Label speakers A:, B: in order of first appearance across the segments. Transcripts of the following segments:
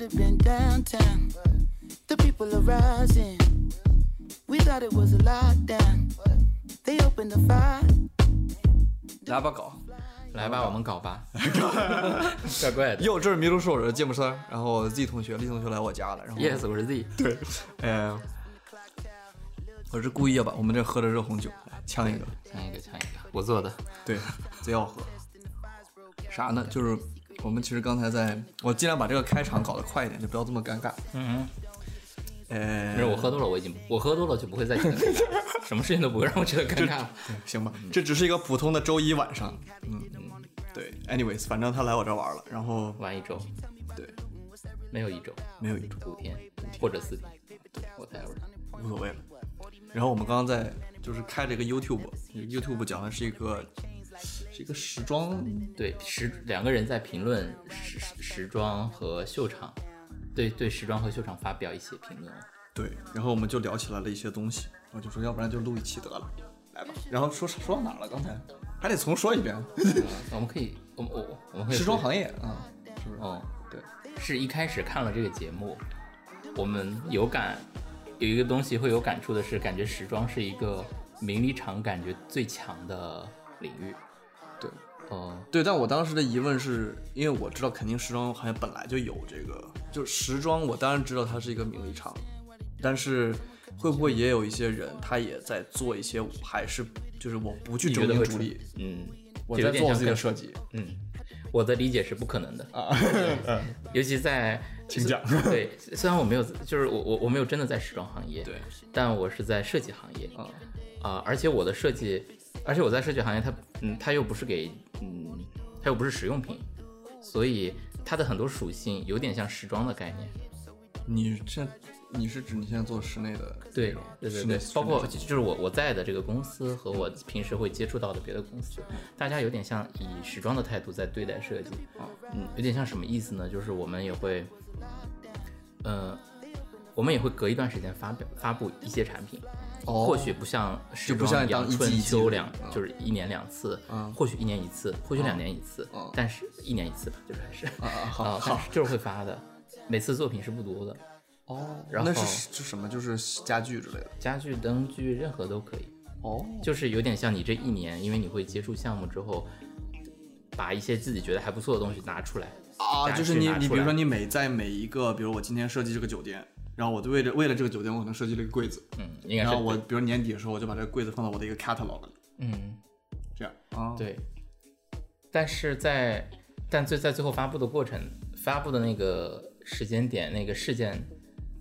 A: have been downtown. The people are rising. We thought it was a lockdown. They opened the fire.
B: 来吧搞，
C: 来吧，我们搞吧， 怪怪的。
D: 哟，哎这是麋鹿是我的芥末丝儿，然后 Z 同学、李同学来我家了，然后
C: Yes，我是 Z，
D: 呃，我是故意要把我们这喝的热红酒来呛一个，
C: 抢一个，抢一个，我做的。
D: 对，贼好喝。啥呢？就是我们其实刚才在，我尽量把这个开场搞得快一点，就不要这么尴尬。
B: 嗯，
D: 呃，
C: 没事，我喝多了，我已经我喝多了就不会再 觉得尴尬了，什么事情都不会让我觉得尴尬了。
D: 行吧，这只是一个普通的周一晚上。嗯，对，anyways，反正他来我这玩了，然后
C: 玩一周，
D: 对，
C: 没有一周，
D: 没有一种
C: 五天或者四天，我待会儿。
D: 无所谓了。然后我们刚刚在就是开了一个 YouTube，YouTube 讲的是一个是一个时装，
C: 对时两个人在评论时时时装和秀场，对对时装和秀场发表一些评论。
D: 对，然后我们就聊起来了一些东西，我就说要不然就录一期得了，来吧。然后说说到哪儿了？刚才还得重说 一遍，
C: 嗯我们可以，我们我我们可以
D: 时装
C: 回
D: 行业啊、嗯，是不是？
C: 哦，
D: 对，
C: 是一开始看了这个节目，我们有感有一个东西会有感触的是，感觉时装是一个名利场感觉最强的领域。
D: 对，
C: 呃，
D: 对，但我当时的疑问是因为我知道肯定时装行业本来就有这个，就时装，我当然知道它是一个名利场，但是会不会也有一些人他也在做一些还是就是我不去
C: 你
D: 争
C: 觉得
D: 名
C: 会
D: 逐利，
C: 出嗯，
D: 我
C: 就
D: 在
C: 有
D: 做
C: 点
D: 我
C: 像
D: 自己的
C: 跟
D: 设计
C: 嗯，我的理解是不可能的，
D: 啊，
C: 尤其在
D: 请讲。
C: 对，虽然我没有，就是我我我没有真的在时装行业，
D: 对，
C: 但我是在设计行业，
D: 啊，
C: 啊、而且我的设计，而且我在设计行业它，嗯，它又不是给，嗯，它又不是实用品，所以它的很多属性有点像时装的概念。
D: 你现在你是指你现在做室内的
C: 对
D: 内容
C: 对对
D: 室内
C: 对，包括就是我我在的这个公司和我平时会接触到的别的公司，大家有点像以时装的态度在对待设计，嗯，有点像什么意思呢？就是我们也会，呃，我们也会隔一段时间发表发布一些产品，
D: 哦
C: 或许不像时
D: 就不
C: 装
D: 像
C: 一样
D: 当一季
C: 春
D: 一季
C: 秋
D: 的
C: 两
D: 嗯
C: 就是一年两次
D: 嗯，
C: 或许一年一次，或许两年一次
D: 嗯，
C: 但是一年一次吧，就是还是
D: 啊啊好
C: 啊，但
D: 好
C: 是就是会发的，每次作品是不多的，
D: 哦，
C: 然
D: 那
C: 后
D: 是就什么就是家具之类的
C: 家具、灯具任何都可以。
D: 哦，
C: 就是有点像你这一年，因为你会接触项目之后，把一些自己觉得还不错的东西拿出来
D: 啊，
C: 家
D: 就是
C: 具
D: 你
C: 拿
D: 你
C: 出
D: 比如
C: 来
D: 说你每在每一个，比如我今天设计这个酒店，然后我就为了为了这个酒店，我可能设计了一个柜子，
C: 嗯，应该
D: 然
C: 是
D: 后我比如年底的时候，我就把这个柜子放到我的一个 catalog 里，
C: 嗯
D: 这样啊，，
C: 对，但是在但最在最后发布的过程，发布的那个时间点那个事件，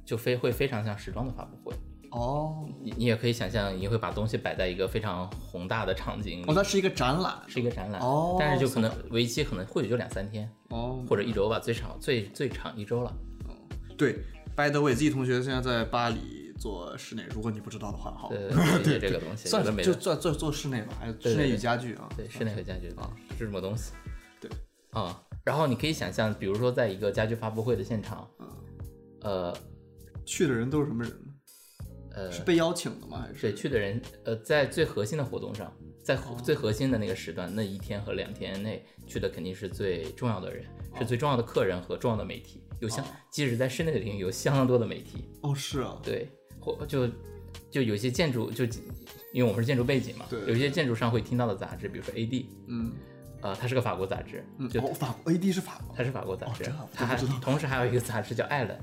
C: 就非会非常像时装的发布会。
D: 哦，
C: 你你也可以想象，你会把东西摆在一个非常宏大的场景里，
D: 哦，那是一个展览，
C: 是一个展览，
D: 哦
C: 但是就可能为期可能或许就两三天
D: 哦，
C: 或者一周吧，最少最最长一周 了。
D: 对，by the way，自己同学现在在巴黎做室内，如果你不知道的话，好，
C: 对对对，这个东西
D: 算
C: 有的
D: 是
C: 没
D: 就
C: 的
D: 做做做室内吧，还有室
C: 对
D: 内
C: 对
D: 与家具啊，
C: 对，室内和家具啊，是什么东西？
D: 对
C: 啊、然后你可以想象，比如说在一个家具发布会的现场，
D: 啊
C: 呃
D: 去的人都是什么人呢？
C: 呃，
D: 是被邀请的吗？还是
C: 对，去的人，呃，在最核心的活动上，在
D: 哦
C: 核最核心的那个时段，那一天和两天内去的肯定是最重要的人，
D: 哦
C: 是最重要的客人和重要的媒体，有相，即使在室内的领域有相当多的媒体，
D: 哦，是啊，
C: 对，或就就有些建筑就。因为我们是建筑背景嘛，
D: 对
C: 有些建筑上会听到的杂志，比如说 AD，
D: 嗯
C: 呃，它是个法国杂志，
D: 嗯，
C: 就
D: 哦，法国 AD 是法国，
C: 它是法国杂志，
D: 这样
C: 它还
D: 我不知道
C: 同时还有一个杂志叫《艾伦》，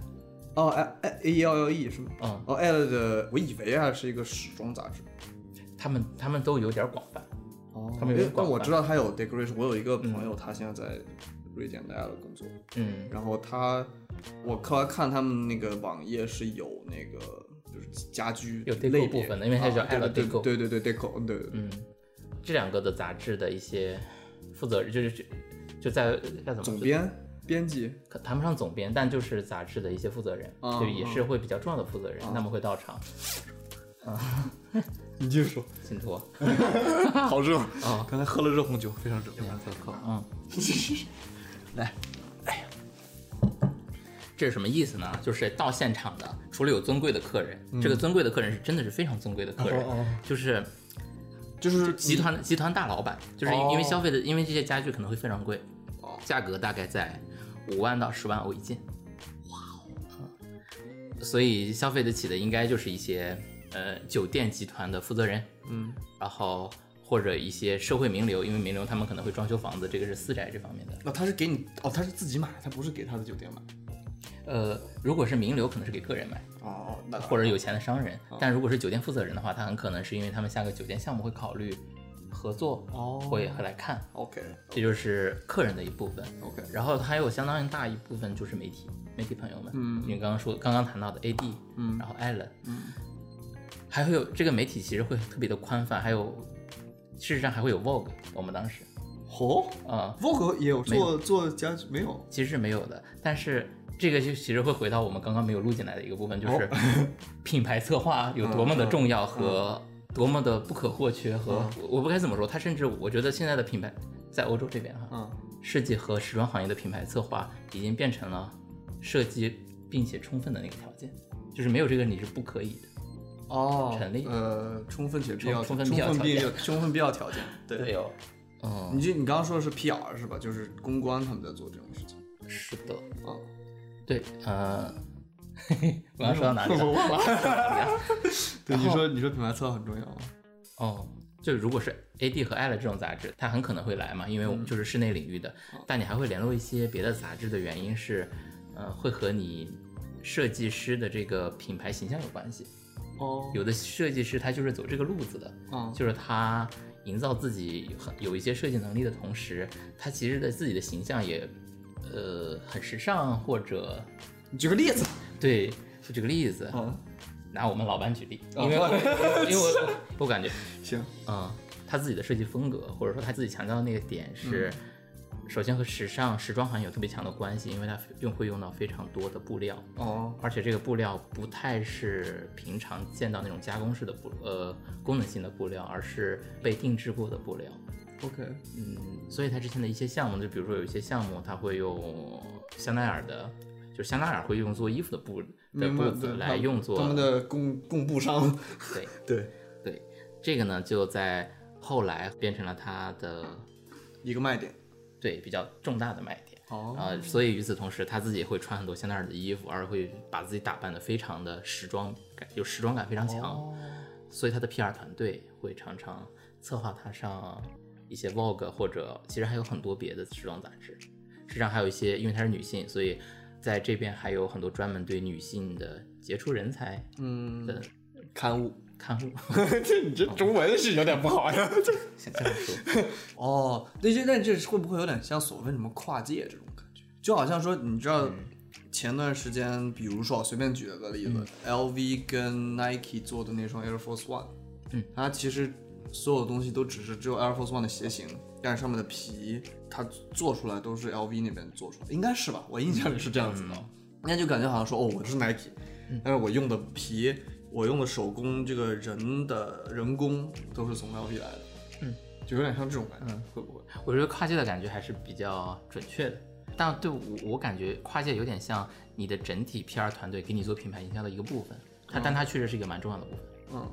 D: 哦，A A A 幺幺 E 是吗？
C: 嗯
D: 哦，L 的，我以为啊是一个时装杂志。
C: 他们他们都有点广泛。
D: 哦
C: 他们有一个
D: 但
C: 广泛
D: 我知道他有 decoration，我有一个朋友，他现在在瑞典的 L 工作，
C: 嗯，
D: 然后他，我后来看他们那个网页是有那个就是家居
C: 有 deco
D: 类别
C: 部分的因为它叫
D: 啊对
C: L
D: 对
C: deco 嗯
D: 对对对对 deco，对对对，
C: 这两个的杂志的一些负责人就是就就在该怎么
D: 总
C: 说
D: 编编辑
C: 可谈不上总编，但就是杂志的一些负责人，
D: 嗯
C: 就也是会比较重要的负责人，
D: 哦
C: 他们会到场。
D: 你继续说，
C: 信托，
D: 好热啊！刚才喝了热红酒，非常热。
C: 嗯，来，这是什么意思呢？就是到现场的，除了有尊贵的客人，这个尊贵的客人是真的是非常尊贵的客人，
D: 嗯哦哦
C: 就是
D: 就是
C: 集团集团大老板，就是
D: 哦
C: 因为消费的，因为这些家具可能会非常贵
D: 哦，
C: 价格大概在五万到十万欧一件。哦所以消费得起的应该就是一些呃酒店集团的负责人，
D: 嗯，
C: 然后或者一些社会名流，因为名流他们可能会装修房子，这个是私宅这方面的。
D: 那他是给你哦，他是自己买，他不是给他的酒店买。
C: 呃，如果是名流，可能是给个人买，
D: 哦，那
C: 或者有钱的商人。
D: 啊
C: 但如果是酒店负责人的话，他很可能是因为他们下个酒店项目会考虑合作，
D: 哦
C: 会会来看，
D: OK
C: 这就是客人的一部分。
D: OK，
C: 然后还有相当大一部分就是媒体，媒体朋友们，嗯，你刚刚说刚刚谈到的 AD，嗯，然后 Allen，嗯，还会有这个媒体其实会特别的宽泛，还有事实上还会有 Vogue，我们当时
D: 哦
C: 啊、
D: ，Vogue 也有
C: 没有
D: 做做家具没有？
C: 其实是没有的，但是这个就其实会回到我们刚刚没有录进来的一个部分，就是品牌策划有多么的重要和多么的不可或缺和我不该怎么说，它甚至我觉得现在的品牌在欧洲这边哈，
D: 嗯，
C: 设计和时装行业的品牌策划已经变成了设计并且充分的那个条件，就是没有这个你是不可以的。
D: 哦
C: 陈立
D: 呃，充分且必要，
C: 充
D: 充
C: 分必要
D: 分必
C: 条
D: 要，充分必要条件。对，
C: 哦，嗯，
D: 你就你刚刚说的是 PR 是吧？就是公关他们在做这种事情
C: 是的，
D: 啊。
C: 对，呃， 嘿嘿，我刚说到哪里
D: 我
C: 了？
D: 忘了。对，
C: 然后
D: 你说你说品牌策划很重要啊。
C: 哦，就如果是 AD 和 L 这种杂志，它很可能会来嘛，因为
D: 嗯
C: 我们就是室内领域的，
D: 哦
C: 但你还会联络一些别的杂志的原因是，呃，会和你设计师的这个品牌形象有关系。
D: 哦，
C: 有的设计师他就是走这个路子的，
D: 嗯
C: 就是他营造自己很有一些设计能力的同时，他其实的自己的形象也，呃，很时尚或者
D: 你举个例子。
C: 对。就举个例子，
D: 嗯，
C: 拿我们老板举例，哦
D: 哦
C: 因 为我 因为我我感觉，
D: 行。
C: 嗯，他自己的设计风格或者说他自己强调的那个点是，首先和时尚时装行业有特别强的关系，因为他用会用到非常多的布料，
D: 哦，
C: 而且这个布料不太是平常见到那种加工式的布，呃，功能性的布料，而是被定制过的布料。
D: OK，
C: 嗯，所以它之前的一些项目，就比如说有一些项目，它会用香奈儿的，就是香奈儿会用做衣服的布的
D: 明白
C: 布子
D: 对
C: 来用作
D: 他们的供供布商，
C: 对
D: 对，
C: 对，这个呢就在后来变成了它的
D: 一个卖点。
C: 对比较重大的卖点。
D: 哦，
C: 啊，所以与此同时，他自己会穿很多香奈儿的衣服，而会把自己打扮的非常的时装感，有时装感非常强。所以他的 PR 团队会常常策划他上一些 Vogue 或者其实还有很多别的时装杂志。实际上还有一些，因为她是女性，所以在这边还有很多专门对女性的杰出人才
D: 嗯，
C: 的
D: 刊物。
C: 刊 物。
D: 这你这
C: 哦
D: 中文是有点不好呀。
C: 想这样说，
D: 哦，那些那这会不会有点像所谓什么跨界这种感觉？就好像说，你知道前段时间，比如说我随便举了个例子、l v 跟 Nike 做的那双 Air Force One，
C: 嗯，
D: 它其实所有东西都只是只有 Air Force One 的鞋型，但是上面的皮它做出来都是 LV 那边做出来，应该是吧？我印象里是这样子的。那就感觉好像说，哦，我是 Nike，但是我用的皮，我用的手工，这个人的人工都是从 LV 来的，嗯，就有点像这种感觉，会不会？
C: 我觉得跨界的感觉还是比较准确的。但对我我感觉跨界有点像你的整体 PR 团队给你做品牌营销的一个部分，它但它确实是一个蛮重要的部分。
D: 嗯，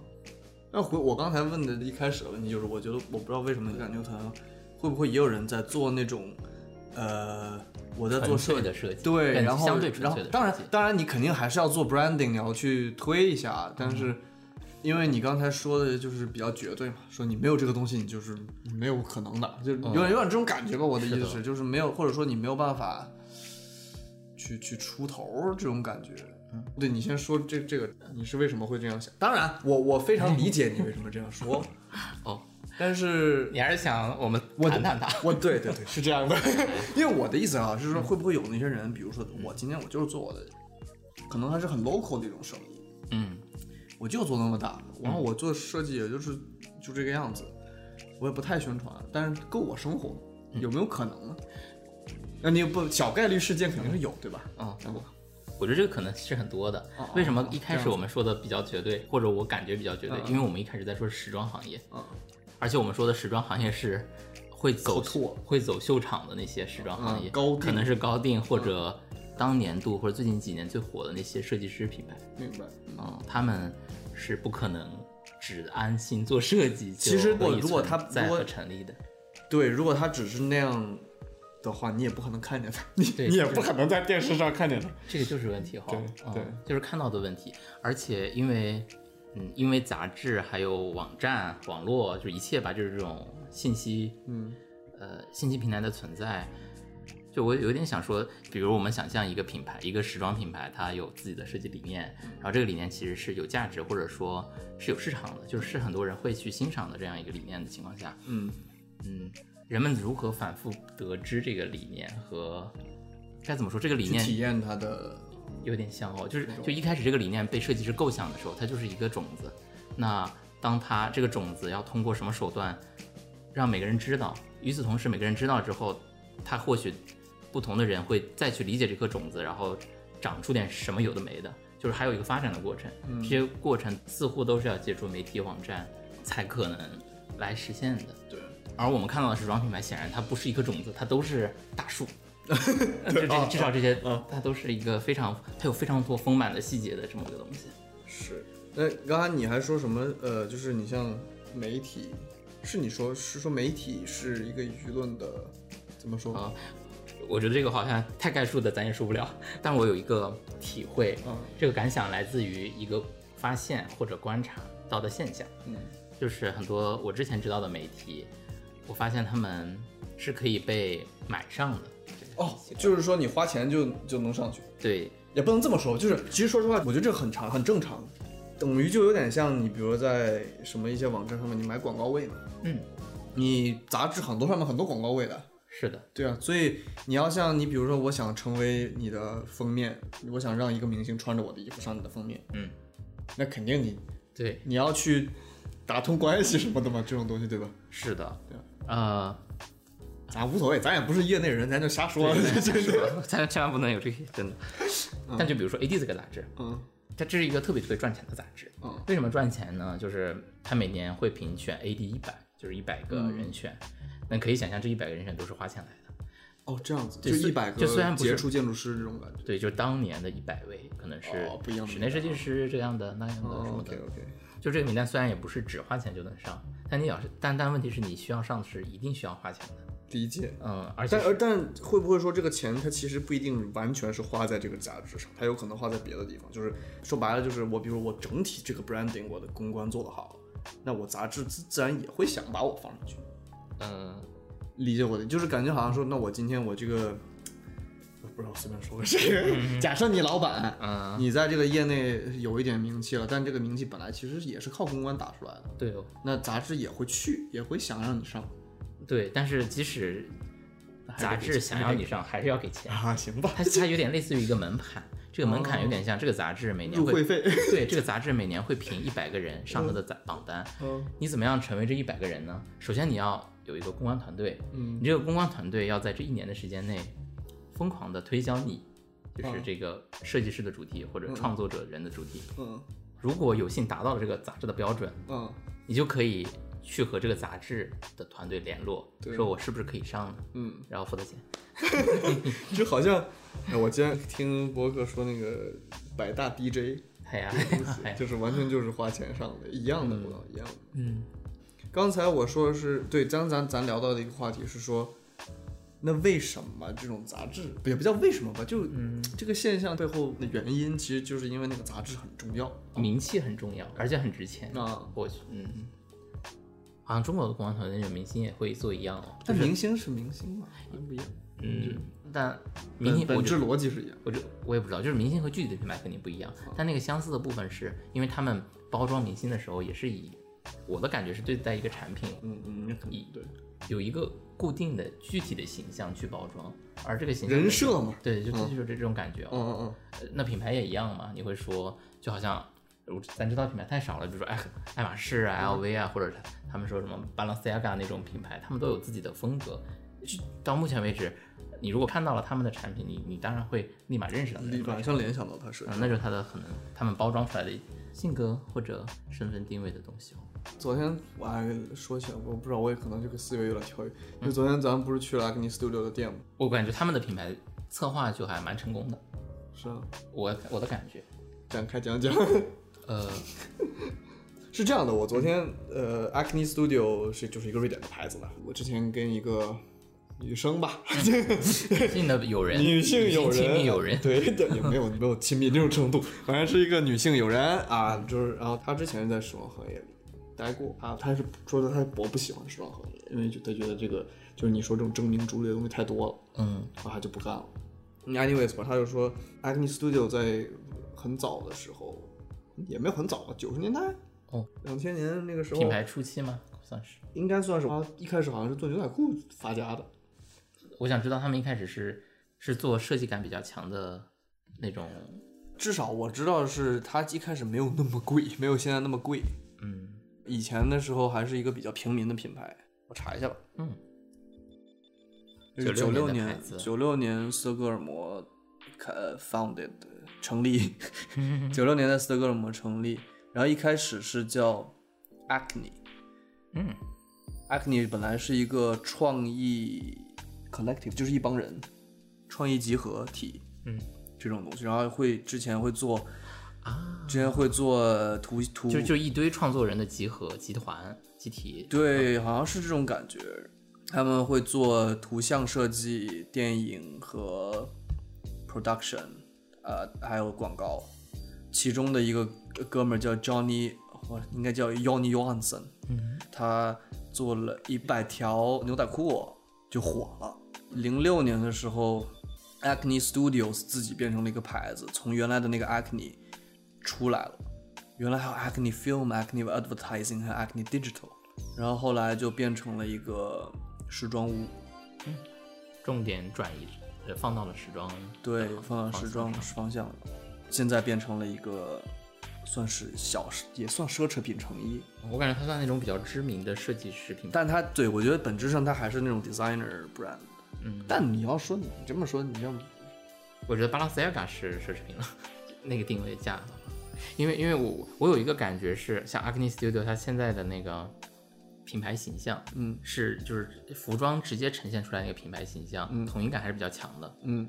D: 那回我刚才问的一开始的问题就是，我觉得我不知道为什么感觉可能会不会也有人在做那种，呃，我在做
C: 纯
D: 设
C: 粹
D: 计
C: 的。设计，
D: 对，
C: 更
D: 然后
C: 相对纯
D: 然后
C: 粹的设计，
D: 当然当然你肯定还是要做 branding，你要去推一下，但
C: 嗯
D: 是因为你刚才说的就是比较绝对嘛，说你没有这个东西，你就是没有可能的，就有点有点这种感觉吧。我的意
C: 嗯是
D: 思
C: 的
D: 是，就是没有或者说你没有办法去去出头儿这种感觉。
C: 嗯
D: 对你先说这这个，你是为什么会这样想？当然，我我非常理解你为什么这 样说，
C: 哦，
D: 但是
C: 你还是想我们
D: 我
C: 谈谈它。
D: 我对对对，是这样的。因为我的意思啊，是
C: 嗯
D: 说会不会有那些人，比如说我今天我就是做我的，可能还是很 local 的一种生意，
C: 嗯，
D: 我就做那么大，然后我做设计也就是就这个样子，我也不太宣传，但是够我生活，
C: 嗯
D: 有没有可能呢？那你不小概率事件肯定是有，对吧？
C: 嗯
D: 那我
C: 我觉得这个可能是很多的
D: 哦。
C: 为什么一
D: 这
C: 开
D: 样
C: 始
D: 子
C: 我们说的比较绝对，或者我感觉比较绝对
D: 嗯？嗯
C: 因为我们一开始在说时装行业，
D: 嗯
C: 而且我们说的时装行业是会走
D: 口吐
C: 会走秀场的那些时装行业，
D: 嗯高定嗯
C: 可能是高定或者当年度或者最近几年最火的那些设计师品牌，
D: 明白。啊
C: 嗯，他们是不可能只安心做设计就
D: 其实
C: 可以
D: 如果
C: 存
D: 他
C: 在
D: 如果
C: 和成立的，
D: 对，如果他只是那样的话，你也不可能看见他，你
C: 对
D: 你也
C: 就是
D: 不可能在电视上看见他。
C: 这个就是问题哈，
D: 对对
C: 嗯，就是看到的问题，而且因为，嗯，因为杂志还有网站、网络，就一切吧，就是这种信息，
D: 嗯，
C: 呃，信息平台的存在，就我有点想说，比如我们想象一个品牌，一个时装品牌，它有自己的设计理念，
D: 嗯
C: 然后这个理念其实是有价值，或者说是有市场的，就是是很多人会去欣赏的这样一个理念的情况下，
D: 嗯，
C: 嗯，人们如何反复得知这个理念和该怎么说这个理
D: 去
C: 念
D: 体验他的，
C: 有点像哦，就是就一开始这个理念被设计师构想的时候，它就是一个种子。那当它这个种子要通过什么手段让每个人知道，与此同时每个人知道之后，他或许不同的人会再去理解这颗种子，然后长出点什么有的没的，就是还有一个发展的过程。这些过程似乎都是要借助媒体网站才可能来实现的。
D: 对，
C: 而我们看到的时装品牌，显然它不是一颗种子，它都是大 树。就这至少这些，它都是一个非常，它有非常多丰满的细节的这么个东西。
D: 是。那刚才你还说什么？呃，就是你像媒体，是你说是说媒体是一个舆论的，怎么说？
C: 啊我觉得这个好像太概述的，咱也说不了。 但我有一个体会，
D: 嗯
C: 这个感想来自于一个发现或者观察到的现象，
D: 嗯
C: 就是很多我之前知道的媒体，我发现他们是可以被买上的。
D: 哦，就是说你花钱就就能上去，
C: 对，
D: 也不能这么说，就是其实说实话，我觉得这很常很正常，等于就有点像你，比如在什么一些网站上面，你买广告位嘛，
C: 嗯，
D: 你杂志很多上面很多广告位的，
C: 是的，
D: 对啊，所以你要像你比如说，我想成为你的封面，我想让一个明星穿着我的衣服上你的封面，
C: 嗯，
D: 那肯定你
C: 对，
D: 你要去打通关系什么的嘛，这种东西对吧？
C: 是的
D: 对，
C: 呃，
D: 咱无所谓，咱也不是业内人，咱就 瞎说， 就是，
C: 咱千万不能有这些，真的。但就比如说 AD 这个杂志，
D: 嗯
C: 它这是一个特别特别赚钱的杂志。
D: 嗯
C: 为什么赚钱呢？就是它每年会评选 AD 一百，就是一百个
D: 嗯
C: 人选。那可以想象，这一百个人选都是花钱来的。
D: 哦，这样子，
C: 对
D: 就
C: 虽
D: 一百个
C: 就虽然不是
D: 杰出建筑师这种感觉，
C: 对，就当年的一百位，可能是
D: 哦不一样的
C: 室内设计师这样的、那样的什
D: 哦
C: 么
D: ，OK
C: 的。
D: OK，
C: 就这个名单虽然也不是只花钱就能上，但你要是但但问题是你需要上的是一定需要花钱的。
D: 理解。
C: 嗯，而且
D: 但
C: 是
D: 而但会不会说这个钱它其实不一定完全是花在这个杂志上，它有可能花在别的地方。就是说白了，就是我比如我整体这个 branding 我的公关做得好，那我杂志自自然也会想把我放上去。
C: 嗯，
D: 理解我的，就是感觉好像说，那我今天我这个，我不知道随便说个谁， 假设你老板，
C: 嗯
D: 你在这个业内有一点名气了，但这个名气本来其实也是靠公关打出来的，
C: 对哦，
D: 那杂志也会去，也会想让你上
C: 对。但是即使杂志想要你上，还是要给钱。
D: 啊，行吧，
C: 它它有点类似于一个门槛，这个门槛有点像这个杂志每年
D: 入会
C: 会
D: 费，
C: 对这个杂志每年会评一百个人上它的杂榜单。
D: 嗯
C: 你怎么样成为这一百个人呢？首先你要有一个公关团队，
D: 嗯
C: 你这个公关团队要在这一年的时间内疯狂的推销你，就是
D: 嗯
C: 这个设计师的主题或者创作者人的主题。
D: 嗯
C: 如果有幸达到了这个杂志的标准，
D: 嗯
C: 你就可以去和这个杂志的团队联络，
D: 对
C: 说我是不是可以上呢？
D: 嗯。
C: 然后付他钱。
D: 就好像，哎，我今天听博客说那个百大 DJ，
C: 哎呀，哎呀，
D: 就是完全就是花钱上的，一样的，我一样的。
C: 嗯。
D: 刚才我说的是对，刚咱咱聊到的一个话题是说，那为什么这种杂志也不叫为什么吧，就、这个现象背后的原因，其实就是因为那个杂志很重要。
C: 名气很重要，而且很值钱。
D: 啊
C: 我去，嗯，好像中国的公关团队明星也会做一样哦，
D: 但明星是明星嘛，好像不一样。
C: 嗯，但明星
D: 本
C: 我
D: 质
C: 觉得
D: 逻辑是一样。
C: 我这我也不知道，就是明星和具体的品牌肯定不一样，
D: 嗯
C: 但那个相似的部分是因为他们包装明星的时候也是以我的感觉是对待一个产品
D: 嗯嗯，那肯
C: 定
D: 对。
C: 有一个固定的具体的形象去包装，而这个形象
D: 人设嘛。
C: 对，就就是这种感觉哦。
D: 嗯嗯嗯，
C: 呃那品牌也一样嘛，你会说，就好像我咱知道品牌太少了，比如说爱爱马仕
D: 嗯
C: 啊、LV 啊，或者他他们说什么 Balenciaga 那种品牌，他们都有自己的风格。就到目前为止，你如果看到了他们的产品，你你当然会立马认识到那
D: 立
C: 个品
D: 马
C: 牌，
D: 嗯上联想到他是
C: 嗯，那就是他的可能他们包装出来的性格或者身份定位的东西哦。
D: 昨天我还说起来，我不知道，我也可能这个思维有点跳跃。就昨天咱们不是去了阿根尼 Studio 的店吗？
C: 我感觉他们的品牌策划就还蛮成功的，
D: 是啊，
C: 我我的感觉，
D: 展开讲 讲。
C: 呃，
D: 是这样的，我昨天呃，Acne Studio 是就是一个瑞典的牌子吧。我之前跟一个女 生吧，
C: 性的友人，
D: 女性友人，
C: 亲密友人，
D: 对对，也没有没有亲密这种程度，反正是一个女性友人啊，就是然后她之前是在时装行业里待过啊，她是说的她我不喜欢时装行业，因为就她觉得这个就是你说这种争名逐利的东西太多了，
C: 嗯，
D: 然后她就不干了。Anyways 吧，她就说 Acne Studio 在很早的时候，也没有很早吧，九十年代
C: 哦，
D: 两千年那个时候，
C: 品牌初期吗？算是。
D: 应该算是她一开始好像是做牛仔裤发家的。
C: 我想知道他们一开始是是做设计感比较强的那种，
E: 至少我知道是它一开始没有那么贵，没有现在那么贵。
C: 嗯
E: 以前的时候还是一个比较平民的品牌，我查一下吧。
C: 嗯，
E: 九六
C: 96年的牌
E: 年
C: 子，
E: 九六年斯德哥尔摩开 founded 成立，九六年在斯德哥尔摩成立，然后一开始是叫 Acne。
C: 嗯
E: Acne 本来是一个创意 collective，就是一帮人创意集合体，
C: 嗯，
E: 这种东西，然后会之前会做，
C: 啊，
E: 之前会做图图，
C: 就就一堆创作人的集合、集团、集体，
E: 对，好像是这种感觉。他们会做图像设计、电影和 production，呃，还有广告。其中的一个哥们儿叫 Johnny，我应该叫 Johnny Johansson，
C: 嗯，
E: 他做了一百条牛仔裤就火了。零六年的时候，Acne Studios 自己变成了一个牌子，从原来的那个 Acne 出来了。原来还有 Acne Film、Acne Advertising 和 Acne Digital，然后后来就变成了一个时装屋，
C: 重点转移呃放到了时装，
E: 对，
C: 嗯
E: 放到时装方向了。现在变成了一个算是小也算奢侈品成衣，
C: 我感觉它算那种比较知名的设计师品牌，
E: 但它对我觉得本质上它还是那种 designer brand。
C: 嗯，
D: 但你要说你这么说，你要
C: 我觉得巴拉斯雅嘎是奢侈品了， 那个定位价，因为因为我我有一个感觉是，像 Acne Studio 它现在的那个品牌形象，
E: 嗯
C: 是就是服装直接呈现出来那个品牌形象，
E: 嗯
C: 统一感还是比较强的，
E: 嗯，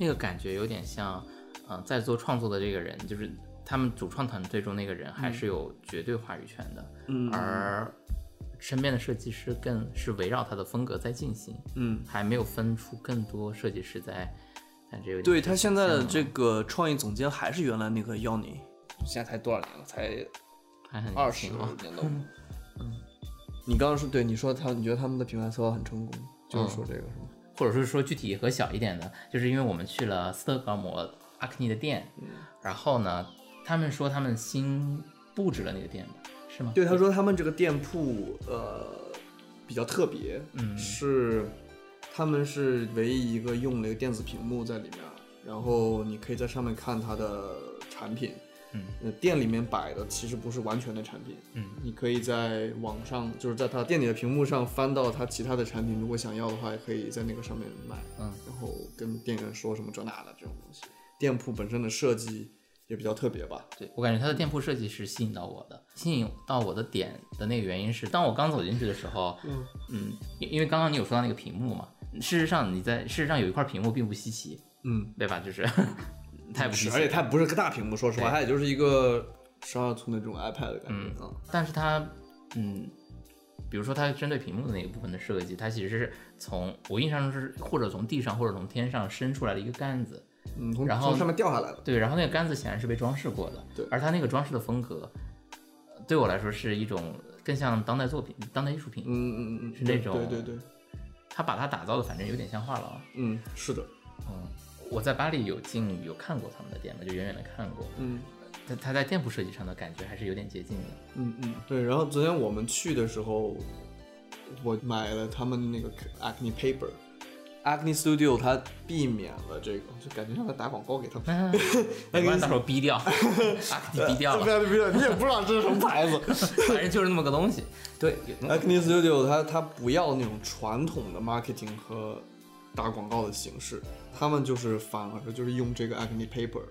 C: 那个感觉有点像，呃，在做创作的这个人，就是他们主创团队中那个人还是有绝对话语权的，
E: 嗯
C: 而身边的设计师更是围绕他的风格在进行，
E: 嗯，
C: 还没有分出更多设计师在。但这有点
E: 对他现在的
C: 像
E: 这个创意总监还是原来那个 Yoni，
D: 现在才多少年了，才
C: 还很
D: 二
C: 年
D: 十
C: 轻啊，
D: 年都。嗯，
E: 你刚刚说对你说他，你觉得他们的品牌策划很成功，就是说这个是吗？
C: 或者是说具体和小一点的，就是因为我们去了斯德哥尔摩阿克尼的店，然后呢，他们说他们新布置了那个店吧，是吗？
E: 对，他说他
D: 他
E: 们
D: 们这个店铺呃比较特别，
C: 嗯
D: 是他们是唯一一个用了一个电子屏幕在里面，然后你可以在上面看它的产品。
C: 嗯
D: 呃，店里面摆的其实不是完全的产品，
C: 嗯
D: 你可以在网上，就是在它店里的屏幕上翻到它其他的产品，如果想要的话，也可以在那个上面买，
C: 嗯，
D: 然后跟店员说什么这那的这种东西。店铺本身的设计也比较特别吧，
C: 对我感觉它的
D: 嗯
C: 店铺设计是吸引到我的，吸引到我的点的那个原因是，当我刚走进去的时候，嗯因因为刚刚你有说到那个屏幕嘛，事实上你在事实上有一块屏幕并不稀奇，
E: 嗯，
C: 对吧？就是 太不稀
D: 是，
C: 奇
D: 而
C: 了
D: 且，它不是个大屏幕，说实话，
C: 对
D: 它也就是一个十二寸的这种 iPad 的感
C: 嗯
D: 觉啊。
C: 但是它，嗯，比如说它针对屏幕的那个部分的设计，它其实是从我印象中是或者从地上或者从天上伸出来的一个杆子，
D: 嗯，从
C: 然后
D: 从上面掉下来了。
C: 对，然后那个杆子显然是被装饰过的，
D: 对
C: 而它那个装饰的风格，呃对我来说是一种更像当代作品、当代艺术品，
D: 嗯嗯嗯嗯，
C: 是那种
D: 对对对，对
C: 它把它打造的反正有点像画廊。
D: 嗯，是的，
C: 嗯，我在巴黎有进有看过他们的店嘛，就远远的看过，
D: 嗯
C: 它它在店铺设计上的感觉还是有点接近 的。
D: 嗯嗯，对。然后昨天我们去的时候，我买了他们那个 Acne Paper。
E: Acne Studio 它
D: 避免了这个，就感觉像在打广告给他们。
C: 嗯，要不然到时候逼掉，把你逼掉
D: 不
C: 了，
D: 要不要，你也 不知道这是什么牌子。
C: 反正就是那么个东西。对，有那么
D: Acne Studio 它它不要那种传统的 marketing 和打广告的形式，他们就是反而就是用这个 Acne Paper，、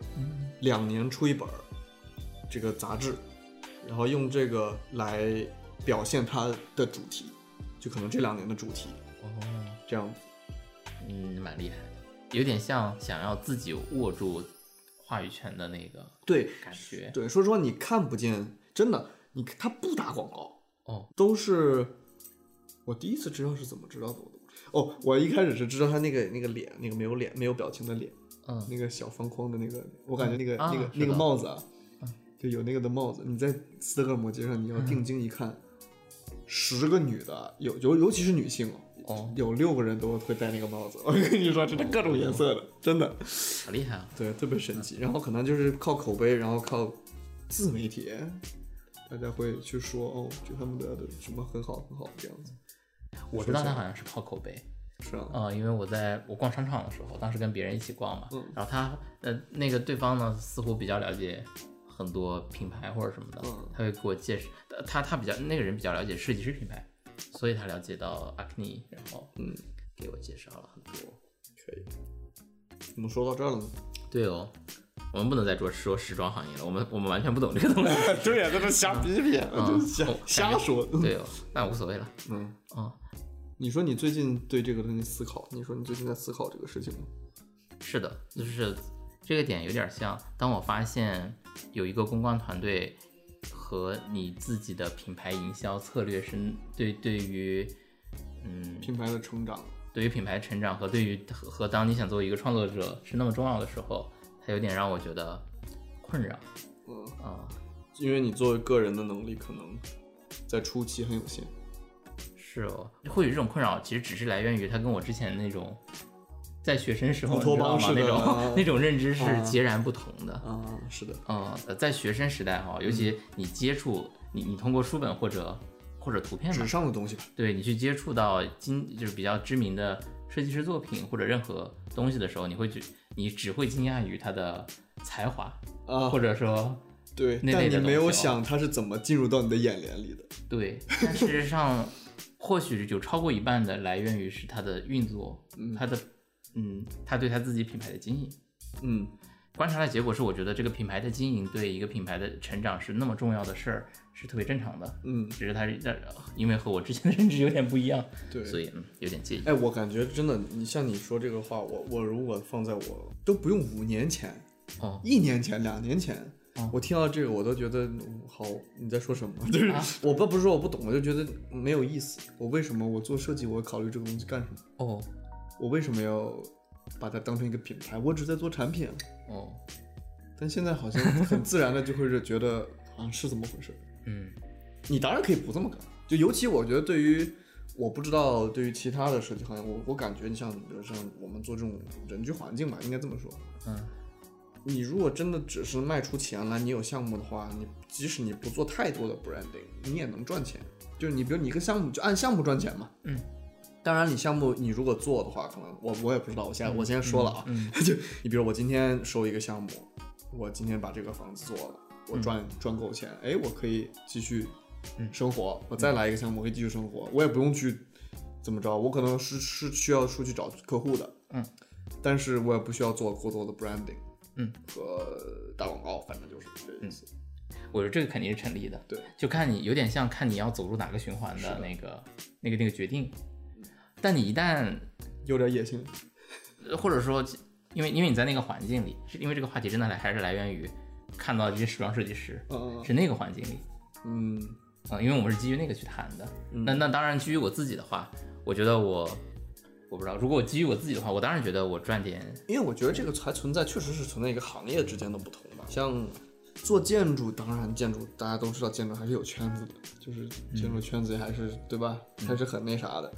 D: 两年出一本儿这个杂志，然后用这个来表现它的主题，就可能这两年的主题
C: 哦
D: 这样子。
C: 嗯，蛮厉害的，有点像想要自己握住话语权的那个
D: 对
C: 感觉。
D: 对，说实话你看不见，真的，你它不打广告，
C: 哦，
D: 都是我第一次知道是怎么知道的，我都不知道哦，我一开始是知道他那个那个脸，那个没有脸、没有表情的脸，
C: 嗯
D: 那个小方框的那个，我感觉那个、
C: 啊
D: 那个
C: 知道
D: 那个帽子嗯啊，就有那个的帽子，你在斯德哥尔摩街上，你要定睛一看，嗯十个女的，有尤尤其是女性
C: 哦，
D: 有六个人都会戴那个帽子。我跟你说，真的各种颜色的，真的，
C: 好厉害啊！
D: 哦对，嗯特别神奇。然后可能就是靠口碑，然后靠自媒体，大家会去说哦，就他们的什么很好很好这样子，
C: 我知道他好像是靠口碑，
D: 是啊，
C: 啊、因为我在我逛商场的时候，当时跟别人一起逛嘛，
D: 嗯
C: 然后他呃那个对方呢似乎比较了解很多品牌或者什么的，
D: 嗯
C: 他会给我介绍，呃他他比较那个人比较了解设计师品牌，所以他了解到 Acne，然后
D: 嗯，
C: 给我介绍了很多。
D: 可以。我们说到这儿了呢，
C: 对哦，我们不能再说说时装行业了，我们我们完全不懂这个 东西。
D: 对呀，在这瞎逼逼，啊
C: 嗯
D: 就瞎
C: 我感觉
D: 瞎说。
C: 对哦，那无所谓了。
D: 嗯，
C: 嗯，
D: 你说你最近对这个东西思考，你说你最近在思考这个事情吗？
C: 是的，就是这个点有点像，当我发现有一个公关团队和你自己的品牌营销策略是对对于，嗯，
D: 品牌的成长，
C: 对于品牌成长和对于和和当你想作为一个创作者是那么重要的时候，它有点让我觉得困扰
D: 嗯，
C: 啊、
D: 因为你作为个人的能力可能在初期很有限，
C: 是哦，会有这种困扰，其实只是来源于它跟我之前那种。在学生时候，
D: 乌托
C: 你知道
D: 邦
C: 吗
D: 式？的
C: 那
D: 啊
C: 种 那种认知是
D: 啊
C: 截然不同的。
D: 啊，是的，
C: 嗯，呃在学生时代哈、尤
D: 嗯
C: 其你接触你你通过书本或者或者图片吧
D: 纸，上的东西吧，
C: 对你去接触到今就是比较知名的设计师作品或者任何东西的时候，你会觉你只会惊讶于他的才华，
D: 啊，
C: 或者说
D: 对，
C: 那
D: 但
C: 类
D: 你
C: 的
D: 没有
C: 东西哦
D: 想它是怎么进入到你的眼帘里的，
C: 对，但事实上或许有超过一半的来源于是他的运作，他的嗯，他对他自己品牌的经营。
D: 嗯，
C: 观察的结果是，我觉得这个品牌的经营对一个品牌的成长是那么重要的事儿，是特别正常的。
D: 嗯
C: 只是他因为和我之前的认知有点不一样，
D: 对，
C: 所以嗯有点介意。
D: 哎，我感觉真的，你像你说这个话，我我如果放在我都不用五年前，
C: 哦
D: 一年前、两年前，
C: 哦
D: 我听到这个我都觉得嗯好，你在说什么？ 就是、我不不是说我不懂，我就觉得没有意思。我为什么我做设计，我考虑这个东西干什么？
C: 哦
D: 我为什么要把它当成一个品牌？我只在做产品，啊
C: 哦，
D: 但现在好像很自然的就会是觉得啊是怎么回事？
C: 嗯
D: 你当然可以不这么干，就尤其我觉得对于我不知道对于其他的设计行业，我我感觉你像比如像我们做这种人居环境吧，应该这么说。
C: 嗯，
D: 你如果真的只是卖出钱来，你有项目的话，你即使你不做太多的 branding，你也能赚钱。就是你比如你一个项目就按项目赚钱嘛。
C: 嗯。
D: 当然，你项目你如果做的话，可能我我也不知道。我
C: 嗯
D: 现在、我先说了啊， 就你比如我今天收一个项目，我今天把这个房子做了，我赚、
C: 嗯
D: 赚够钱，哎，我可以继续生活。我
C: 嗯
D: 再来一个项目，我可以继续生活，我也不用去怎么着，我可能是是需要出去找客户的，
C: 嗯，
D: 但是我也不需要做过多的 branding，
C: 嗯，
D: 和打广告，反正就是这意思。
C: 我觉得这个肯定是成立的。
D: 对，
C: 就看你有点像看你要走入哪个循环的那个那个那个决定。但你一旦
D: 有点野心，
C: 呃或者说，因为因为你在那个环境里，是因为这个话题真的来还是来源于看到这些时装设计师
D: 嗯
C: 是那个环境里，
D: 嗯
C: 嗯，因为我们是基于那个去谈的。
D: 嗯
C: 那那当然，基于我自己的话，我觉得我我不知道，如果我基于我自己的话，我当然觉得我赚点
D: 因为我觉得这个还存在，确实是存在一个行业之间的不同吧。像做建筑，当然建筑大家都知道，建筑还是有圈子的，就是
C: 嗯
D: 建筑圈子还是、对吧，还是很那啥的。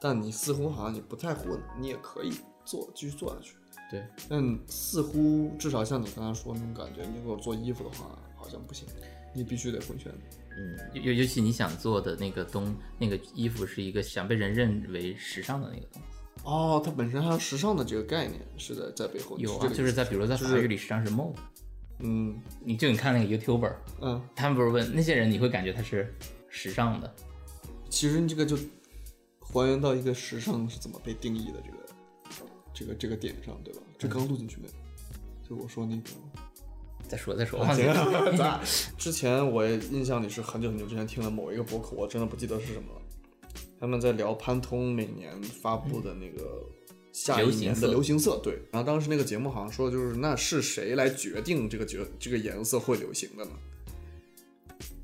D: 但你似乎好像你不太混，你也可以做，继续做下去。
C: 对，
D: 但似乎至少像你刚才说那种感觉，你如果做衣服的话，好像不行，你必须得混圈子。
C: 嗯，尤尤尤其你想做的那个东那个衣服是一个想被人认为时尚的那个东西，
D: 哦，它本身还有时尚的这个概念是在在背后，你
C: 有
D: 是
C: 啊，
D: 这个
C: 就
D: 意
C: 是
D: 思
C: 在比如说在法
D: 是
C: 语里，时尚是 mode，
D: 嗯
C: 你就你看那个 YouTuber，
D: 嗯，
C: 他们不是问那些人，你会感觉他是时尚的，
D: 其实你这个就还原到一个时尚是怎么被定义的这个这个这个点上，对吧？这刚录进去没有？就是我说那个
C: 再说再
D: 啊
C: 说，忘记了，
D: 咱之前我也印象里是很久很久之前听了某一个博客，我真的不记得是什么了。他们在聊潘通每年发布的那个下一年的
C: 流
D: 流行色，对。然后当时那个节目好像说，就是那是谁来决定这个决这个颜色会流行的呢？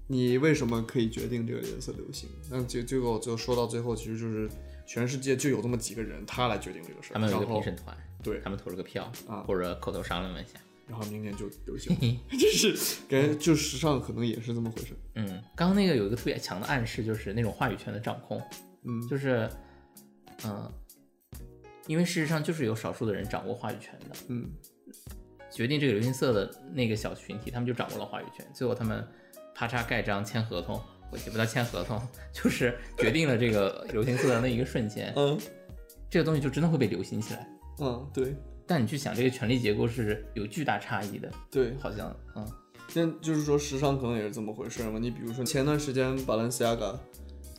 D: 你为什么可以决定这个颜色流行？那结结果就说到最后，其实就是全世界就有这么几个人，他来决定这个事 儿。
C: 他们有一个
D: 然后
C: 评审团，
D: 对
C: 他们投了个票
D: 啊，
C: 或者口头商量了一下。
D: 然后明年就流行了， 就是感觉就时尚可能也是这么回 事。
C: 嗯，刚刚那个有一个特别强的暗示，就是那种话语权的掌控，
D: 嗯，
C: 就是，嗯、因为事实上就是有少数的人掌握话语权的，
D: 嗯，
C: 决定这个流行色的那个小群体，他们就掌握了话语权，最后他们啪嚓盖章签合同，我也不叫签合同，就是决定了这个流行色的那一个瞬间，
D: 嗯
C: 这个东西就真的会被流行起来。
D: 嗯，对
C: 但你去想，这个权力结构是有巨大差异的，
D: 对，
C: 好像，嗯，
D: 那就是说时尚可能也是这么回事嘛。你比如说前段时间 Balenciaga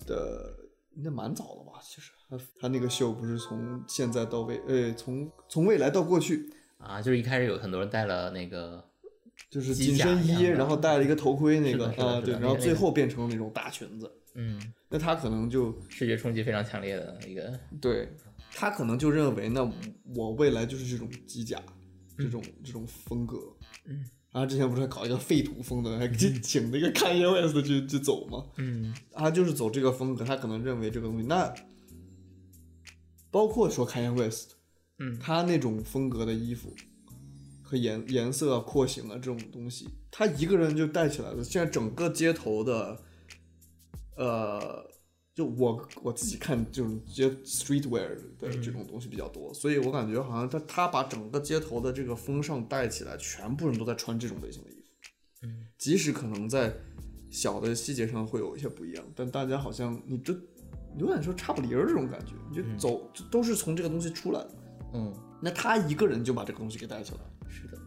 D: 的，那蛮早了吧？其实他他那个秀不是从现在到未，呃，从从未来到过去，
C: 啊，就是一开始有很多人戴了那个
D: 就是
C: 机
D: 紧
C: 甲
D: 身
C: 一样
D: 衣，
C: 的
D: 然后戴了一个头盔那
C: 是的
D: 个
C: 是的
D: 啊，
C: 是
D: 对，
C: 的
D: 然后
C: 那
D: 最
C: 个
D: 后变成那种大裙子。
C: 嗯，
D: 那他可能就
C: 视觉冲击非常强烈的一个，
D: 对他可能就认为，那我未来就是这种机甲，这种这种风格。
C: 嗯。
D: 然后之前不是还搞一个废土风的，还请请那个 Kanye West 去去走吗？
C: 嗯，
D: 他就是走这个风格，他可能认为这个东西，那包括说 Kanye West，
C: 嗯
D: 他那种风格的衣服和颜颜色啊、廓形啊这种东西，他一个人就带起来了。现在整个街头的，呃，就我我自己看这种街 streetwear 的这种东西比较多，所以我感觉好像他他把整个街头的这个风尚带起来，全部人都在穿这种类型的衣服，
C: 嗯，
D: 即使可能在小的细节上会有一些不一样，但大家好像你这有点说差不离儿这种感觉，你就走、就都是从这个东西出来的。
C: 嗯，
D: 那他一个人就把这个东西给带起来了。
C: 是的，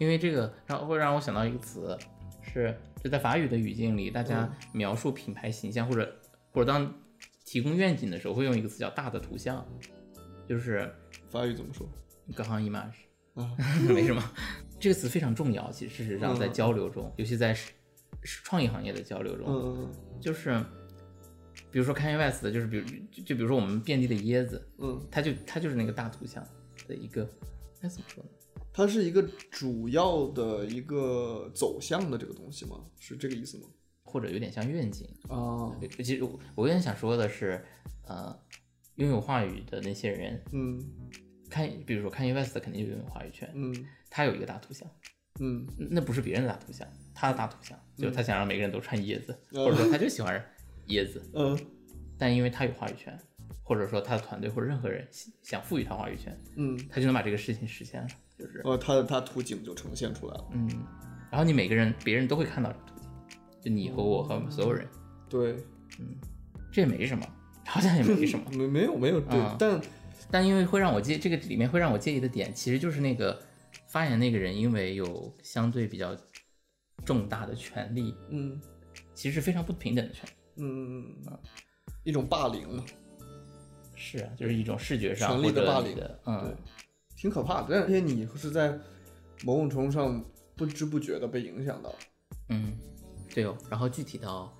C: 因为这个让会让我想到一个词，是就在法语的语境里，大
D: 嗯
C: 家描述品牌形象或者或者当提供愿景的时候，会用一个词叫大的图像，就是
D: 法语怎么说？
C: 刚刚 image，
D: 啊
C: 没什么，这个词非常重要，其实事实上在
D: 嗯
C: 交流中，尤其在是是创意行业的交流中，
D: 嗯
C: 就是。比如说 Kanye West，的就是比如就就比如说我们遍地的椰子，
D: 嗯，
C: 它就它就是那个大图像的一个，该怎么说呢？
D: 它是一个主要的一个走向的这个东西吗？是这个意思吗？
C: 或者有点像愿景。
D: 啊，
C: 呃其实我我有点想说的是，呃，拥有话语的那些人，
D: 嗯
C: 看比如说 Kanye West 肯定就拥有话语权，
D: 嗯
C: 他有一个大图像，
D: 嗯
C: 那不是别人的大图像，他的大图像就是他想让每个人都穿椰子，或者说他就喜欢椰子，
D: 嗯
C: 但因为他有话语权，或者说他的团队或者任何人想想赋予他话语权，
D: 嗯，
C: 他就能把这个事情实现了，就是
D: 哦，他的他图景就呈现出来了。
C: 嗯，然后你每个人别人都会看到这个图像，就你和我和我们所有人，
D: 对，
C: 这也没什么，好像也没什么。
D: 没没有没有对，
C: 啊
D: 但
C: 但因为会让我介这个里面会让我介意的点，其实就是那个发言那个人，因为有相对比较重大的权利，
D: 嗯
C: 其实是非常不平等的权利。
D: 嗯嗯
C: 啊
D: 嗯，一种霸凌嘛，
C: 是啊，就是一种视觉上
D: 权力
C: 或
D: 的
C: 者
D: 霸
C: 你
D: 凌
C: 的，嗯，
D: 挺可怕的。而且你是在某种程度上不知不觉的被影响到。
C: 嗯，对哦。然后具体到，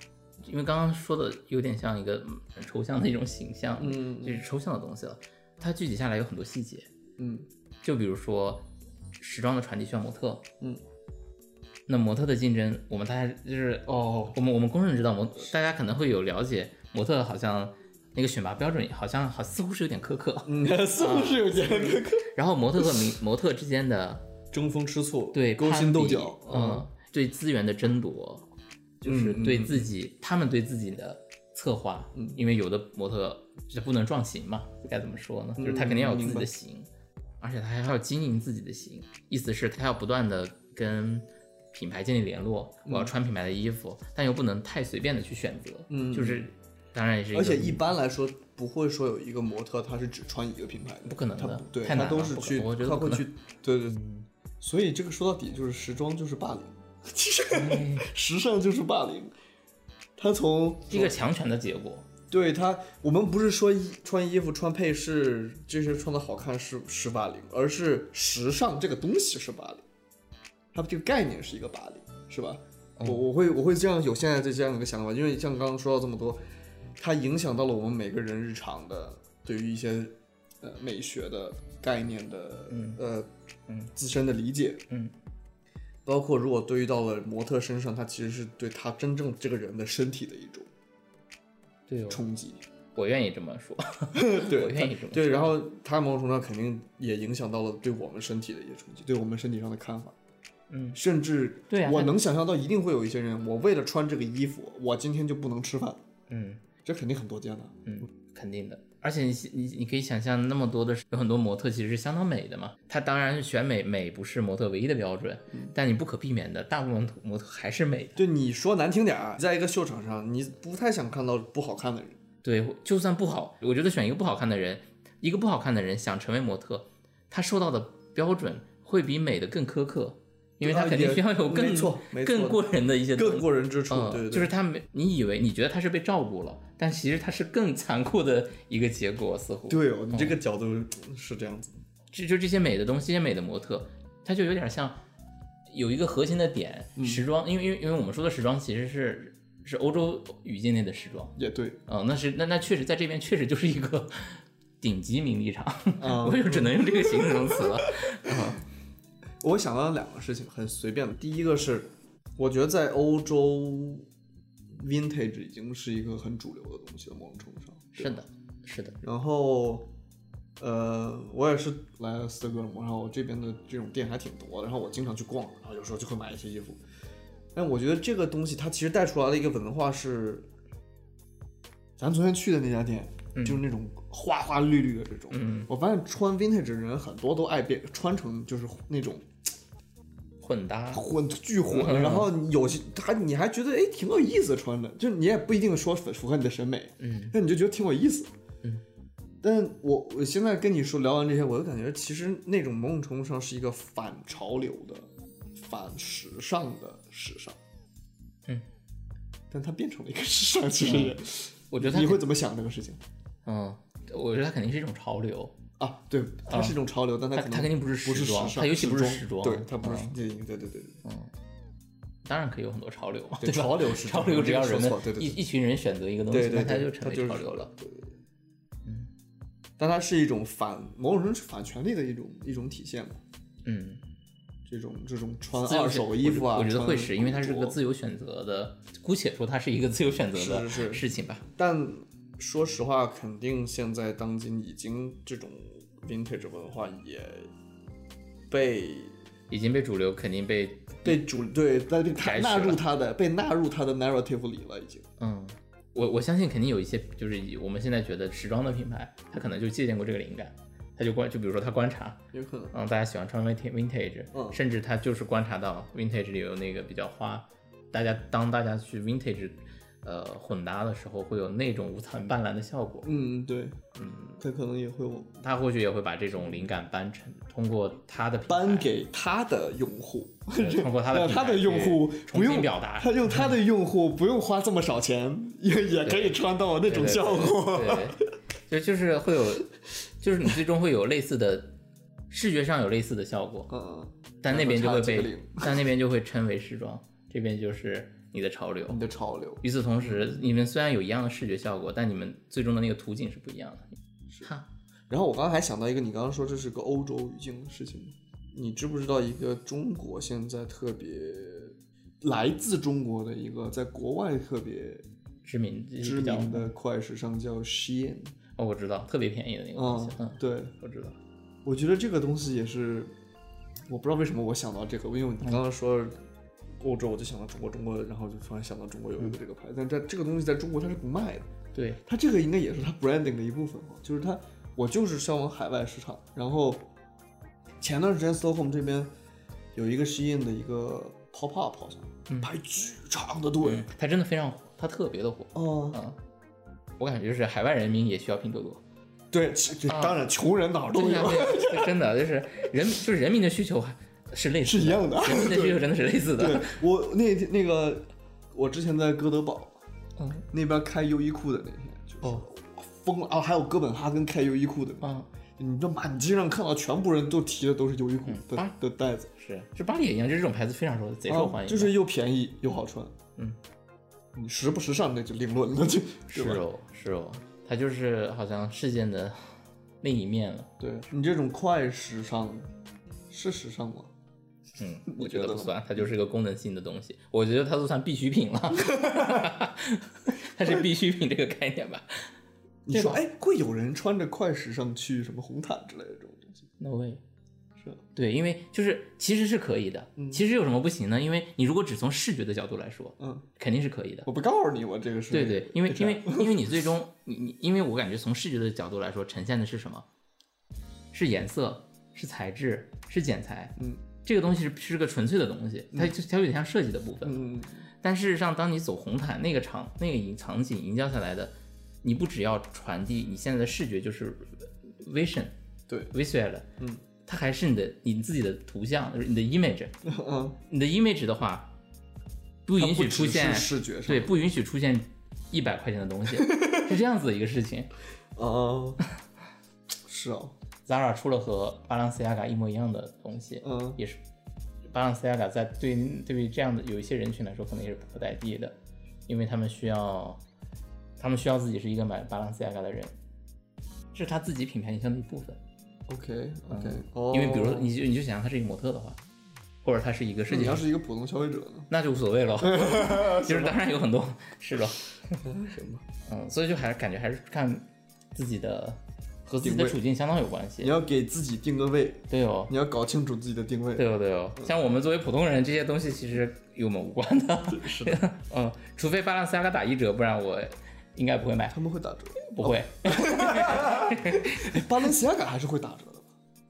C: 因为刚刚说的有点像一个嗯很抽象的一种形象，
D: 嗯
C: 就是抽象的东西了。它具体下来有很多细节，
D: 嗯
C: 就比如说时装的传递需要模特，
D: 嗯，
C: 那模特的竞争，我们大家就是
D: 哦，
C: 我们我们公认知道模，大家可能会有了解，模特好像那个选拔标准好像好似乎是有点苛刻。
D: 嗯，似乎是有点
C: 然后模特和名模特之间的
D: 争风吃醋，
C: 对
D: 勾
C: 攀
D: 心斗
C: 比
D: 角，
C: 嗯，对资源的争夺，就是
D: 嗯嗯嗯
C: 对自己他们对自己的策划，因为有的模特就不能撞型嘛，该怎么说呢？就是他肯定要有自己
D: 嗯明白
C: 的型，而且他还要经营自己的型，意思是他要不断的跟。品牌建立联络，我要穿品牌的衣服，但又不能太随便的去选择，
D: 嗯
C: 就是当然也是一个，
D: 而且一般来说不会说有一个模特他是只穿一个品牌的，
C: 不可能
D: 他
C: 的
D: 不对，
C: 太
D: 他
C: 难
D: 都
C: 了
D: 是
C: 不可
D: 去，
C: 我觉得
D: 他
C: 不
D: 会
C: 可
D: 去，对对。对所以这个说到底就是时装就是霸凌， 其实
C: 哎
D: 时尚就是霸凌。他从
C: 一个强权的结果，
D: 对他，我们不是说衣穿衣服、穿配饰这些穿的好看是是霸凌，而是时尚这个东西是霸凌，它这个概念是一个霸凌，是吧？
C: 哦
D: 我我会我会这样有现在这这样一个想法，因为像刚刚说到这么多，它影响到了我们每个人日常的对于一些呃美学的概念的、呃
C: 嗯
D: 自身的理解，
C: 嗯，
D: 包括如果对于到了模特身上，它其实是对他真正这个人的身体的一种
C: 对哦，
D: 冲击。
C: 我愿意这么说， 我
D: 对，
C: 愿意这么
D: 对，
C: 说
D: 然后它某种程度上肯定也影响到了对我们身体的一些冲击，对我们身体上的看法，
C: 嗯，
D: 甚至
C: 对啊
D: 我
C: 它
D: 能想象到一定会有一些人，我为了穿这个衣服，我今天就不能吃饭，
C: 嗯
D: 这肯定很多见的。
C: 嗯，肯定的。而且你你你可以想象，那么多的有很多模特其实是相当美的嘛。它当然选美美不是模特唯一的标准，
D: 嗯
C: 但你不可避免的，大部分模特还是美的。
D: 就你说难听点儿，啊在一个秀场上，你不太想看到不好看的人。
C: 对，就算不好，我觉得选一个不好看的人，一个不好看的人想成为模特，他受到的标准会比美的更苛刻，因为他
D: 啊
C: 肯定
D: 也
C: 需要有更
D: 没错没错
C: 更过人的一些东西
D: 更过人之处，
C: 嗯，
D: 对对对，
C: 就是他没，你以为你觉得他是被照顾了，但其实他是更残酷的一个结果，似乎。
D: 对哦，你这个角度是这样子。
C: 就就这些美的东西，这些美的模特，它就有点像有一个核心的点，
D: 嗯
C: 时装，因为因为因为我们说的时装其实是是欧洲语境内的时装，
D: 也对，
C: 嗯、那是那那确实在这边确实就是一个 顶级名利场，
D: 嗯
C: 我也只能用这个形容词 了，
D: 我想到两个事情，很随便的。第一个是，我觉得在欧洲，vintage 已经是一个很主流的东西了，某种程度上。对
C: 是的，是的，
D: 然后，呃，我也是来了斯德哥尔摩，然后我这边的这种店还挺多的，然后我经常去逛，然后有时候就会买一些衣服。但我觉得这个东西它其实带出来了一个文化是，咱昨天去的那家店，就是那种花花绿绿的这种。
C: 嗯
D: 我发现穿 vintage 的人很多都爱变穿成就是那种
C: 混搭，
D: 混巨混
C: 嗯，
D: 然后你有些还你还觉得哎挺有意思穿的，就你也不一定说符符合你的审美，
C: 嗯，
D: 但你就觉得挺有意思。
C: 嗯，
D: 但我我现在跟你说聊完这些，我就感觉其实那种某种程度上是一个反潮流的、反时尚的时尚。
C: 嗯，
D: 但它变成了一个时尚，其实也
C: 我觉得它
D: 你
C: 肯
D: 会怎么想这个事情
C: 嗯，我觉得它肯定是一种潮流，
D: 啊？对，它是一种潮流，但它
C: 它
D: 可
C: 它
D: 能
C: 肯定不是
D: 不
C: 时
D: 时
C: 装
D: 尚，
C: 它尤其不是时装
D: 对，它不是
C: 嗯
D: 对对对对对。
C: 当然可以有很多潮流嘛，
D: 对
C: 吧？
D: 潮流是
C: 潮
D: 这
C: 流，
D: 样
C: 只要
D: 我这个
C: 人
D: 说
C: 们
D: 错对对
C: 一
D: 对
C: 一群人选择一个东
D: 对
C: 西，
D: 对
C: 那
D: 对，
C: 它就成
D: 它
C: 为
D: 是
C: 潮流了。
D: 对对对，但它是一种反某种程度是反权利的一种一种体现嘛。
C: 嗯，
D: 这种这种穿
C: 自由
D: 二
C: 选
D: 手衣服啊，
C: 我觉得会是，
D: 穿
C: 因为它是个
D: 古着
C: 自由选择的，姑且说它是一个自由选择的
D: 是是是
C: 事情吧。
D: 但说实话，肯定现在当今已经这种 vintage 文化也被
C: 已经被主流肯定被
D: 被主对，但被它
C: 排斥
D: 纳入
C: 了
D: 它的被纳入它的 narrative 里了，已经。
C: 嗯，我我相信肯定有一些就是以我们现在觉得时装的品牌，它可能就借鉴过这个灵感，它就观就比如说它观察，
D: 有可能，
C: 嗯，大家喜欢穿 vintage vintage，、
D: 嗯
C: 甚至他就是观察到 vintage 里有那个比较花，大家当大家去 vintage 呃混搭的时候，会有那种五彩斑斓的效果。
D: 嗯，对，嗯，他可能也会往
C: 他或许也会把这种灵感搬成，通过他的品牌
D: 颁给他的用户，
C: 对通过 他的
D: 让
C: 品
D: 他
C: 牌
D: 的用
C: 去
D: 户
C: 重
D: 不
C: 新
D: 用
C: 表达
D: 他用他的用户不用花这么少钱，也也可以穿到那
C: 对
D: 种
C: 对
D: 效
C: 对
D: 果。
C: 对，对就就是会有，就是你最终会有类似的。视觉上有类似的效果，
D: 嗯，
C: 但那边就会
D: 差几个
C: 被
D: 零，
C: 但那边就会称为时装，这边就是你的潮流。
D: 你的潮流，
C: 与此同时，你们虽然有一样的视觉效果，但你们最终的那个途径是不一样的。哈，
D: 然后我刚刚还想到一个，你刚刚说这是个欧洲语境的事情，你知不知道一个中国现在特别来自中国的一个在国外特别
C: 知名
D: 知
C: 比较
D: 名的快时尚叫 Shein？
C: 哦，我知道，特别便宜的那个东
D: 嗯
C: 西，嗯，，
D: 对，
C: 我知道，
D: 我觉得这个东西也是，我不知道为什么我想到这个，因为你刚刚说欧洲，我就想到中国，中国，然后就突然想到中国有一个这个牌子，但在这个东西在中国它是不卖的，
C: 对，
D: 它这个应该也是它 branding 的一部分吧，就是它，我就是销往海外市场。然后前段时间 Stockholm 这边有一个 Shein 的一个 pop up，好像、排巨长的队
C: 嗯，它真的非常火，它特别的火，
D: 哦、
C: 嗯，我感觉就是海外人民也需要拼多多，
D: 对，其这
C: 啊
D: 当然穷人哪 儿都
C: 真的
D: 有，
C: 对啊真的就是人就是人民的需求还啊是类似
D: 是一样的。
C: 人民的需求真的是类似
D: 对
C: 的，
D: 我那天那个，我之前在哥德堡
C: 嗯
D: 那边开优衣库的那天，就是
C: 哦
D: 疯了啊！还有哥本哈根开优衣库的那天，
C: 啊，
D: 你这满街上看到全部人都提的都是优衣库的、
C: 啊
D: 的袋子。
C: 是，就巴黎也一样，就这种牌子非常受贼受欢迎，
D: 哦就是又便宜又好穿。
C: 嗯，
D: 你时不时尚那就另论了，就是对吧？
C: 哦是哦，它就是好像事件的另一面了，
D: 对你这种快时尚是时尚吗？
C: 嗯，
D: 你
C: 我
D: 觉
C: 觉得
D: 得
C: 不
D: 呢
C: 算，它就是个功能性的东西。我觉得 它都算必需品了，它是必需品这个概念吧？
D: 你
C: 对
D: 说
C: 吧
D: 哎，会有人穿着快时尚去什么红毯之类的这种东西？
C: No way。
D: 是嗯啊
C: 对，因为就是其实是可以的，其实有什么不行呢？因为你如果只从视觉的角度来说，
D: 嗯，
C: 肯定是可以的。
D: 我不告诉你，我这个是
C: 对对，因为
D: 这
C: 因
D: 样
C: 为因为你最终你你，因为我感觉从视觉的角度来说，呈现的是什么？是颜色，是材质，是剪裁。
D: 嗯，
C: 这个东西是是个纯粹的东西，它就它有点像设计的部分。
D: 嗯，
C: 但事实上，当你走红毯那个场那个影场景营造下来的，你不只要传递你现在的视觉就是 vision，
D: 对
C: ，visual，
D: 嗯，
C: 它还是你的你自己的图像，就是你的 image，
D: 嗯，
C: 你的 image 的话，不
D: 它
C: 允
D: 不
C: 许
D: 只
C: 出
D: 是
C: 现
D: 视觉上
C: 对，不允许出现一百块钱的东西，是这样子的一个事情。
D: 啊，是啊，
C: Zara 出了和巴朗西亚嘎一模一样的东西，
D: 嗯
C: 也是巴朗西亚嘎在对对于这样的有一些人群来说，可能也是不可代替的，因为他们需要他们需要自己是一个买巴朗西亚嘎的人，这是他自己品牌营销的一部分。
D: OK OK，
C: 嗯
D: 哦，
C: 因为比如说你就你就想象他是一个模特的话，或者他是一个设计
D: 你要
C: 师，
D: 是一个普通消费者呢？
C: 那就无所谓了。就是当然有很多是的，
D: 行吧，
C: 嗯，所以就还是感觉还是看自己的和自己
D: 定
C: 的
D: 位
C: 处境相当有关
D: 你
C: 系。
D: 要给自己定个位，
C: 对哦，
D: 你要搞清楚自己的定位。
C: 对哦，对哦，
D: 嗯
C: 像我们作为普通人，这些东西其实与我们无关的。是的， 嗯，除非巴朗西亚嘎打一折，不然我应该不会买，
D: 他们会打折，
C: 不会。
D: 哎巴伦西亚嘎还是会打折的吧？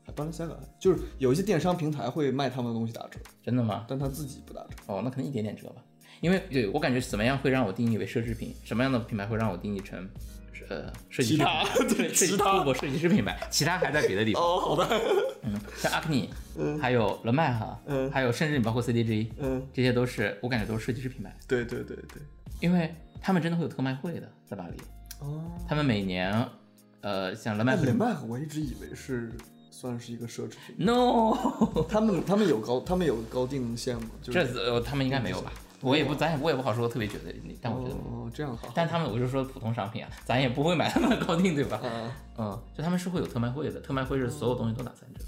D: 哎巴伦西亚嘎就是有一些电商平台会卖他们的东西打折，
C: 真的吗？
D: 但他自己不打折。
C: 哦，那可能一点点折吧。因为对我感觉怎么样会让我定义为奢侈品，什么样的品牌会让我定义成呃设计
D: 其
C: 师
D: 他
C: 品牌？
D: 对
C: 设计
D: 其他
C: 不不设计师品牌，其他还在别的地方，嗯
D: 哦，好的，
C: 像阿克尼，还有 l e m a 哈，
D: 嗯
C: 还有甚至你包括 CDG，
D: 嗯，
C: 这些都是我感觉都是设计师品牌，
D: 对对对对，
C: 因为他们真的会有特卖会的，在巴黎，
D: 哦，
C: 他们每年，呃，像 l e m
D: 那
C: a
D: 雷麦我一直以为是算是一个奢侈品，
C: No，
D: 他们他们有高他们有高定线吗？就
C: 这
D: 是
C: 次呃他们应该没有吧？我也不，咱也我也不好说特别绝对，但我觉得没有。
D: 哦，这样好，
C: 但他们我就说普通商品啊，咱也不会买他们的高定，对吧？
D: 嗯
C: 嗯，就他们是会有特卖会的，特卖会是所有东西都打三折。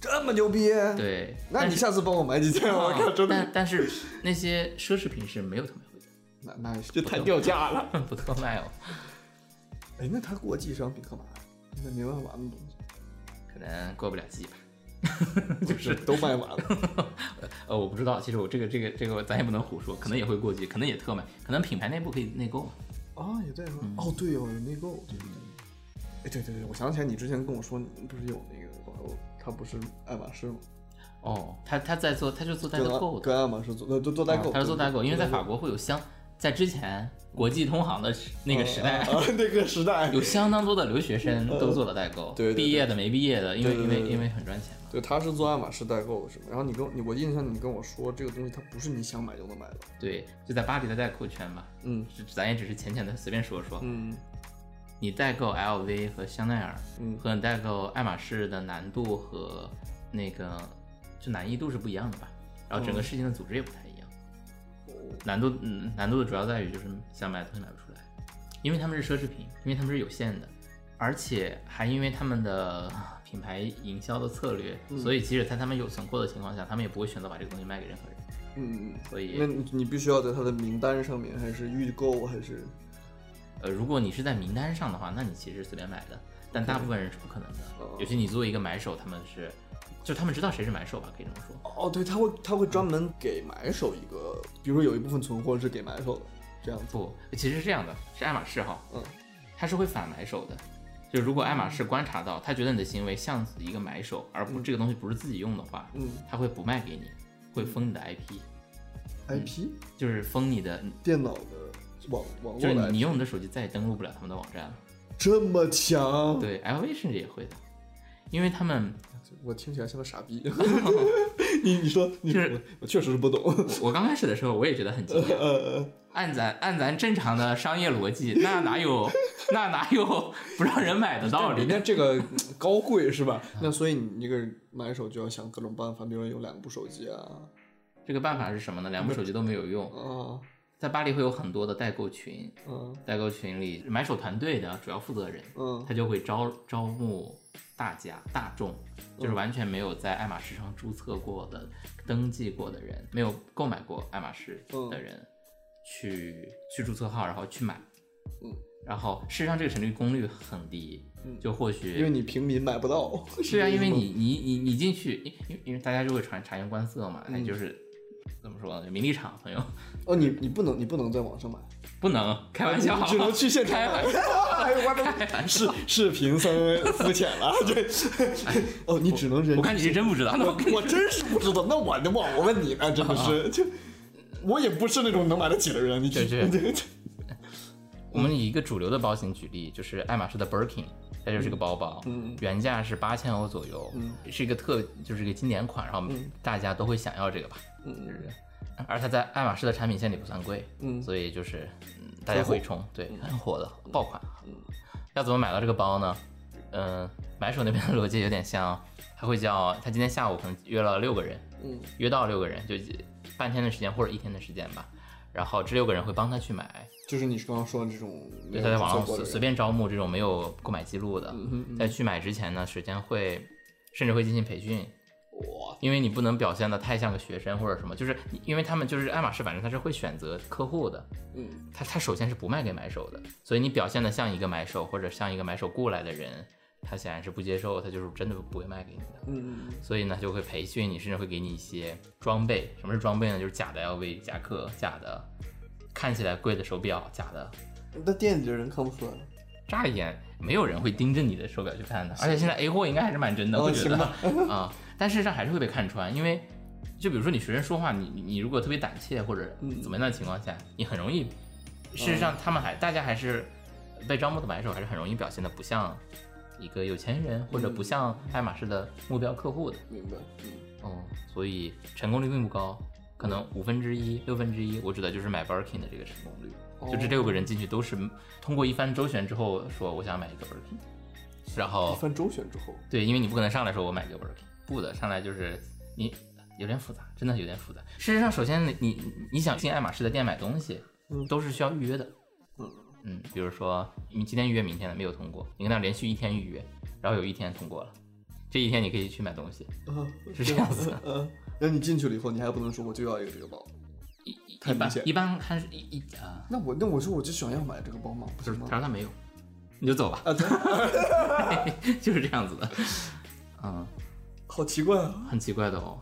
D: 这么牛逼，对，
C: 对，
D: 哦那
C: 但
D: 你
C: 是
D: 下次帮我买几件，我
C: 啊
D: 靠，真的
C: 但但是那些奢侈品是没有特卖会的
D: 那那这太掉价了。，
C: 不特卖哦，
D: 哎，那它国际商品干嘛？那没卖完的东西，
C: 可能过不了季吧。
D: 就是都卖完了。
C: 呃，我不知道，其实我这个这个这个咱也不能胡说，可能也会过季，可能也特卖，可能品牌内部可以内购嘛。
D: 啊，也对啊。
C: 嗯
D: 哦，对哦，有内购，对对对。哎，对对对，我想起来，你之前跟我说，你不是有那个朋友，他不是爱马仕吗？
C: 哦，他他在做，他就做代
D: 跟
C: 购的，
D: 爱跟爱马仕做，呃，做做代购，
C: 啊他是做代购，因为在法国
D: 国
C: 会有相，在之前国际通航的时那个时 代，
D: 啊那个时代，
C: 有相当多的留学生都做了代购，
D: 对对对
C: 毕业的没毕业的，因为
D: 对
C: 因
D: 对对
C: 为
D: 对
C: 因为很赚钱嘛。
D: 对，他是做爱马仕代购的，是吗？然后你跟我你，我印象你跟我说，这个东西它不是你想买就能买的。
C: 对，就在巴黎的代购圈嘛，
D: 嗯
C: 只咱也只是浅浅的随便说说。
D: 嗯
C: 你代购 LV 和香奈儿，
D: 嗯
C: 和你代购爱马仕的难度和那个就难易度是不一样的吧？然后整个事情的组织也不太一样。难度嗯，难度的主要在于就是想买的东西买不出来，因为他们是奢侈品，因为他们是有限的，而且还因为他们的啊品牌营销的策略，
D: 嗯
C: 所以即使在他们有存货的情况下，他们也不会选择把这个东西卖给任何人。
D: 嗯，
C: 所
D: 那
C: 以，
D: 你你必须要在它的名单上面，还是预购，还是
C: 呃，如果你是在名单上的话，那你其实是随便买的，但大部分人是不可能的。
D: 哦
C: 尤其你作为一个买手，他们是，就他们知道谁是买手吧，可以这么说。
D: 哦，对，他会他会专门给买手一个，比如说有一部分存货是给买手的，这样子。
C: 不，其实是这样的，是爱马仕哈，
D: 嗯，
C: 它是会反买手的。就如果爱马仕观察到，他觉得你的行为像一个买手，而不、这个东西不是自己用的话，
D: 嗯
C: 他会不卖给你，会封你的 IP，嗯
D: ，IP
C: 就是封你的，
D: 电脑的网网
C: 就
D: 络
C: 是
D: 来
C: 你你用你的手机再也登录不了他们的网站了。
D: 这么强，
C: 对，LV 甚至也会的，因为他们，
D: 我听起来像个傻 逼。你你说你
C: 就
D: 说
C: 是
D: 我我确实是不懂。
C: 我我刚开始的时候我也觉得很惊 讶，
D: 呃，
C: 按咱按咱正常的商业逻辑，那哪有那哪有不让哦人买的 道理
D: 人？家这个嗯高贵是吧？ 那所以你这个买手就要想各种办法，比如有两部手机啊
C: 这个办法是什么呢？两部手机都没有用，
D: 啊
C: 在巴黎会有很多的代购群，
D: 嗯
C: 代购群里买手团队的主要负责人，
D: 嗯
C: 他就会招招募大家大众，就是完全没有在爱马仕上注册过的、登记过的人，没有购买过爱马仕的人，去去注册号，然后去买。
D: 嗯，
C: 然后事实上这个成立功率很低，就或许
D: 因为你平民买 不到。
C: 是啊，因为你你你你进去，因因因为大家就会察察言观色嘛，那哎就是怎么说呢？名利场朋友
D: 哦，你你不能你不能在 网上买，
C: 不能开玩笑，
D: 你只能去现场
C: 开玩
D: 买。哎呦，我视视频三肤浅了， 对。哦，你只能人
C: 我看你是真不 知道，那我跟你
D: 我真是不知道，那我我我问你呢，真的
C: 啊
D: 是就。我也不是那种能买得起的人，你
C: 对
D: 这
C: 对
D: 这
C: 我们以一个主流的包型举例，就是爱马仕的 Birkin，它就是个包包，原价是八千欧左右，是一个特就是一个经典款，然后大家都会想要这个吧，就是，而它在爱马仕的产品线里不算贵，所以就是嗯大家会冲，对，很火嗯的爆款。要怎么买到这个包呢？嗯，买手那边的逻辑有点像，他会叫他今天下午可能约了六个人，嗯，约到六个人就半天的时间或者一天的时间吧，然后这六个人会帮他去买，
D: 就是你刚刚说的这种
C: 对，
D: 没有
C: 他在网
D: 做
C: 上
D: 过的
C: 随随
D: 人，嗯
C: 便招募这种没有购买记录的，在去买之前呢，首先会甚至会进行培训，哇，因为你不能表现的太像个学生或者什么，就是你因为他们就是爱马仕，反正他是会选择客户的，嗯，他他首先是不卖给买手的，所以你表现的像一个买手或者像一个买手雇来的人。他显然是不接受，他就是真的不会卖给你的，
D: 嗯，
C: 所以呢就会培训你，甚至会给你一些装备。什么是装备呢？就是假的 LV 夹克、假的看起来贵的手表、假的
D: 那店里的人看不出来。
C: 乍一眼没有人会盯着你的手表去看的，而且现在 A 货应该还是蛮真的，
D: 哦
C: 我觉得 啊、但事实上还是会被看穿，因为就比如说你学生说话，你你你如果特别胆怯或者怎么样的情况下，你很容易，事实
D: 嗯
C: 上他们还大家还是被招募的买手还是很容易表现的不像一个有钱人或者不像爱马仕的目标客户的，
D: 明白，
C: 嗯，所以成功率并不高，可能五分之一、六分之一，我指的就是买 Birkin 的这个成功率。就这六个人进去都是通过一番周旋之后说我想买一个 Birkin，然
D: 一
C: 后
D: 番周旋之后，
C: 对，因为你不可能上来说我买个 Birkin，不的，上来就是你有点复杂，真的有点复杂。事实上，首先你你你想进爱马仕的店买东西，都是需要预约的。嗯，比如说你今天预约，明天的没有通过，你跟他连续一天预约，然后有一天通过了，这一天你可以去买东西，
D: 嗯，
C: 是这样子的。
D: 嗯，那你进去了以后，你还不能说我就要一个这个包，
C: 一一
D: 太
C: 一
D: 明
C: 般
D: 显
C: 一般还是一一啊，
D: 那我那我说我就想要买这个包吗？不
C: 就是
D: 吗
C: 他？说他没有，你就走吧，
D: 啊，对，
C: 就是这样子的。嗯，
D: 好奇怪啊，
C: 很奇怪的哦。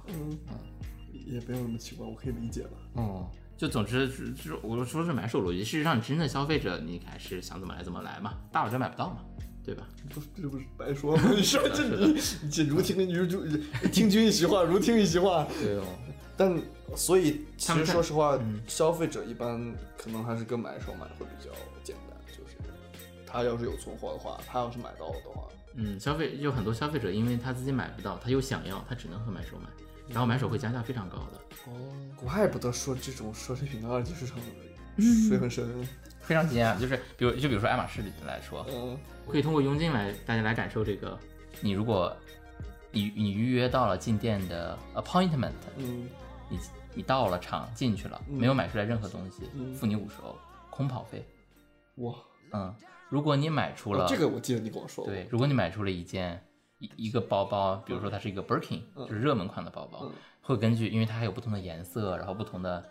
D: 也没有那么奇怪，我可以理解吧。
C: 哦，就总之是是我说是买手逻辑，事实上你真正消费者你还是想怎么来怎么来嘛，大晚上买不到嘛，对吧？
D: 不是，这不是白 说吗？你说这你这如听如如听君一席话，如听一席话。
C: 对哦，
D: 但所以其
C: 他
D: 实
C: 们在
D: 说实话
C: 嗯，
D: 消费者一般可能还是跟买手买会比较简单，就是他要是有存货的话，他要是买到了的话，
C: 嗯，消费有很多消费者因为他自己买不到，他又想要，他只能和买手买，然后买手会加价非常高的，
D: 怪不得说这种奢侈品的二级市场水很深。
C: 非常惊讶。就是比如就比如说爱马仕来说，
D: 嗯，
C: 可以通过佣金来大家来感受这个，你如果你你预约到了进店的 appointment，
D: 嗯，
C: 你你到了场进去了，没有买出来任何东西，付你五十欧，空跑费。
D: 哇，
C: 嗯，如果你买出了、
D: 哦这个我记得你跟我说过。
C: 对，如果你买出了一件一一个包包，比如说它是一个 Birkin，、就是热门款的包包，会根据因为它还有不同的颜色，然后不同的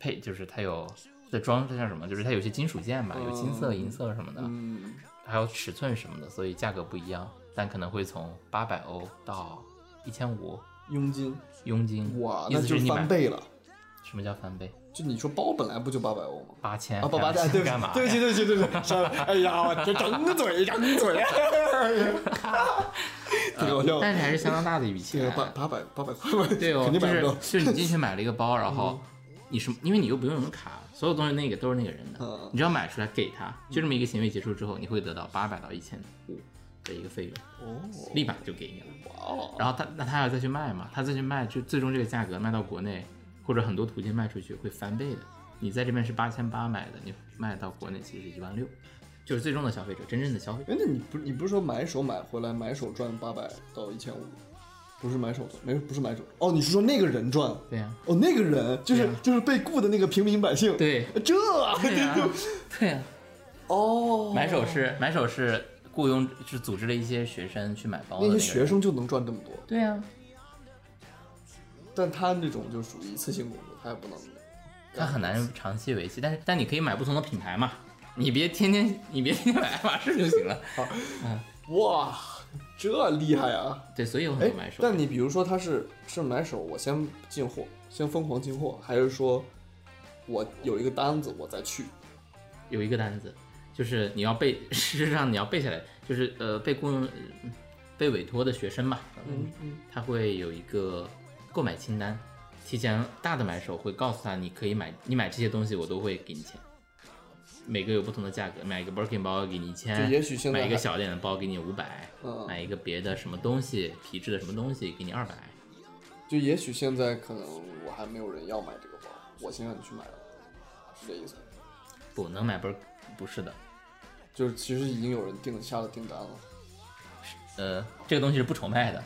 C: 配，就是它有的装饰像什么，就是它有些金属件吧，有金色、银色什么的，
D: 嗯，
C: 还有尺寸什么的，所以价格不一样，但可能会从八百欧到一千五
D: 佣金，
C: 佣金。
D: 哇，
C: 意
D: 那
C: 思
D: 就是
C: 你买
D: 翻倍了。
C: 什么叫翻倍？
D: 就你说包本来不就八百欧吗？
C: 八千
D: 啊，不八百，对不
C: 干
D: 起，
C: 嘛？
D: 对不起，对不起，对不起，删了。哎呀，我这张嘴，张嘴，挺搞笑的。
C: 但是还是相当大的一笔
D: 这
C: 钱啊
D: 个。八八百八百块，
C: 哎对哦，
D: 肯定
C: 就
D: 买
C: 是
D: 不到。嗯
C: 就是你进去买了一个包，然后你什么，因为你又不用用卡，所有东西那个都是那个人的
D: 嗯，
C: 你只要买出来给他，就这么一个行为结束之后，你会得到八百到一千五的一个费用，
D: 哦，
C: 立马就给你了。
D: 哇哦，
C: 然后他那他要再去卖嘛，他再去卖，就最终这个价格卖到国内或者很多途径卖出去会翻倍的。你在这边是八千八买的，你卖到国内其实是一万六，就是最终的消费者，真正的消费者。
D: 哎，那你不你不是说买手买回来买手赚八百到一千五，不是买手赚，没不是买手哦，你是说那个人赚？
C: 对呀、
D: 哦，那个人就是、
C: 对啊
D: 就是被雇的那个平民百姓。，呃
C: 对
D: 这啊
C: 对 呀、对呀、
D: 哦，
C: 买手是买手是雇佣，是组织了一些学生去买包的
D: 那
C: 那
D: 些
C: 个
D: 学
C: 人。
D: 生就能赚这么多，
C: 对呀、啊，
D: 但他那种就属于一次性工作，他也不能。
C: 他很难长期维系，但是但你可以买不同的品牌嘛，你别天天你别天天买爱 马仕就行了。
D: 哇，这厉害啊！
C: 对，所以我
D: 哎
C: 很买，手表。
D: 但你比如说他是是买手，我先进货，先疯狂进货，还是说我有一个单子我再去？
C: 有一个单子，就是你要背，事实上你要背下来，就是呃被雇佣、呃被委托的学生吧，
D: 嗯嗯，
C: 他会有一个购买清单，提前大的买手会告诉他你可以买，你买这些东西我都会给你钱，每个有不同的价格，买一个 Birkin 包给你一
D: 就
C: 千，
D: 也许现在
C: 买一个
D: 还
C: 小点的包给你五百、
D: 嗯
C: 买一个别的什么东西皮质的什么东西给你二百，
D: 就也许现在可能我还没有人要买这个包，我先让你去买了，是这意思吗？
C: 不能买 Birkin 不是的，
D: 就是其实已经有人订下了订单了
C: 呃这个东西是不愁卖的，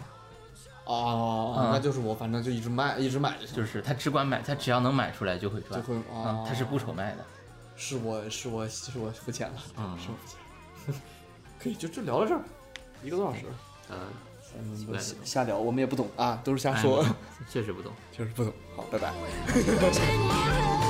D: 啊
C: 嗯
D: 那就是我反正就一直卖，一直买就行，
C: 就是他只管买，他只要能买出来就会赚，
D: 就会
C: 啊
D: 啊，
C: 他是不愁卖的。
D: 是我是我是我肤浅了，
C: 嗯
D: 是我肤浅， 可以就就聊到这儿，一个多小时，
C: 嗯，奇怪的
D: 我瞎
C: 东西
D: 瞎聊，我们也不懂啊，都是瞎
C: 哎
D: 说，
C: 确实不懂。
D: 确实不懂，好，拜拜。
F: Take my hand.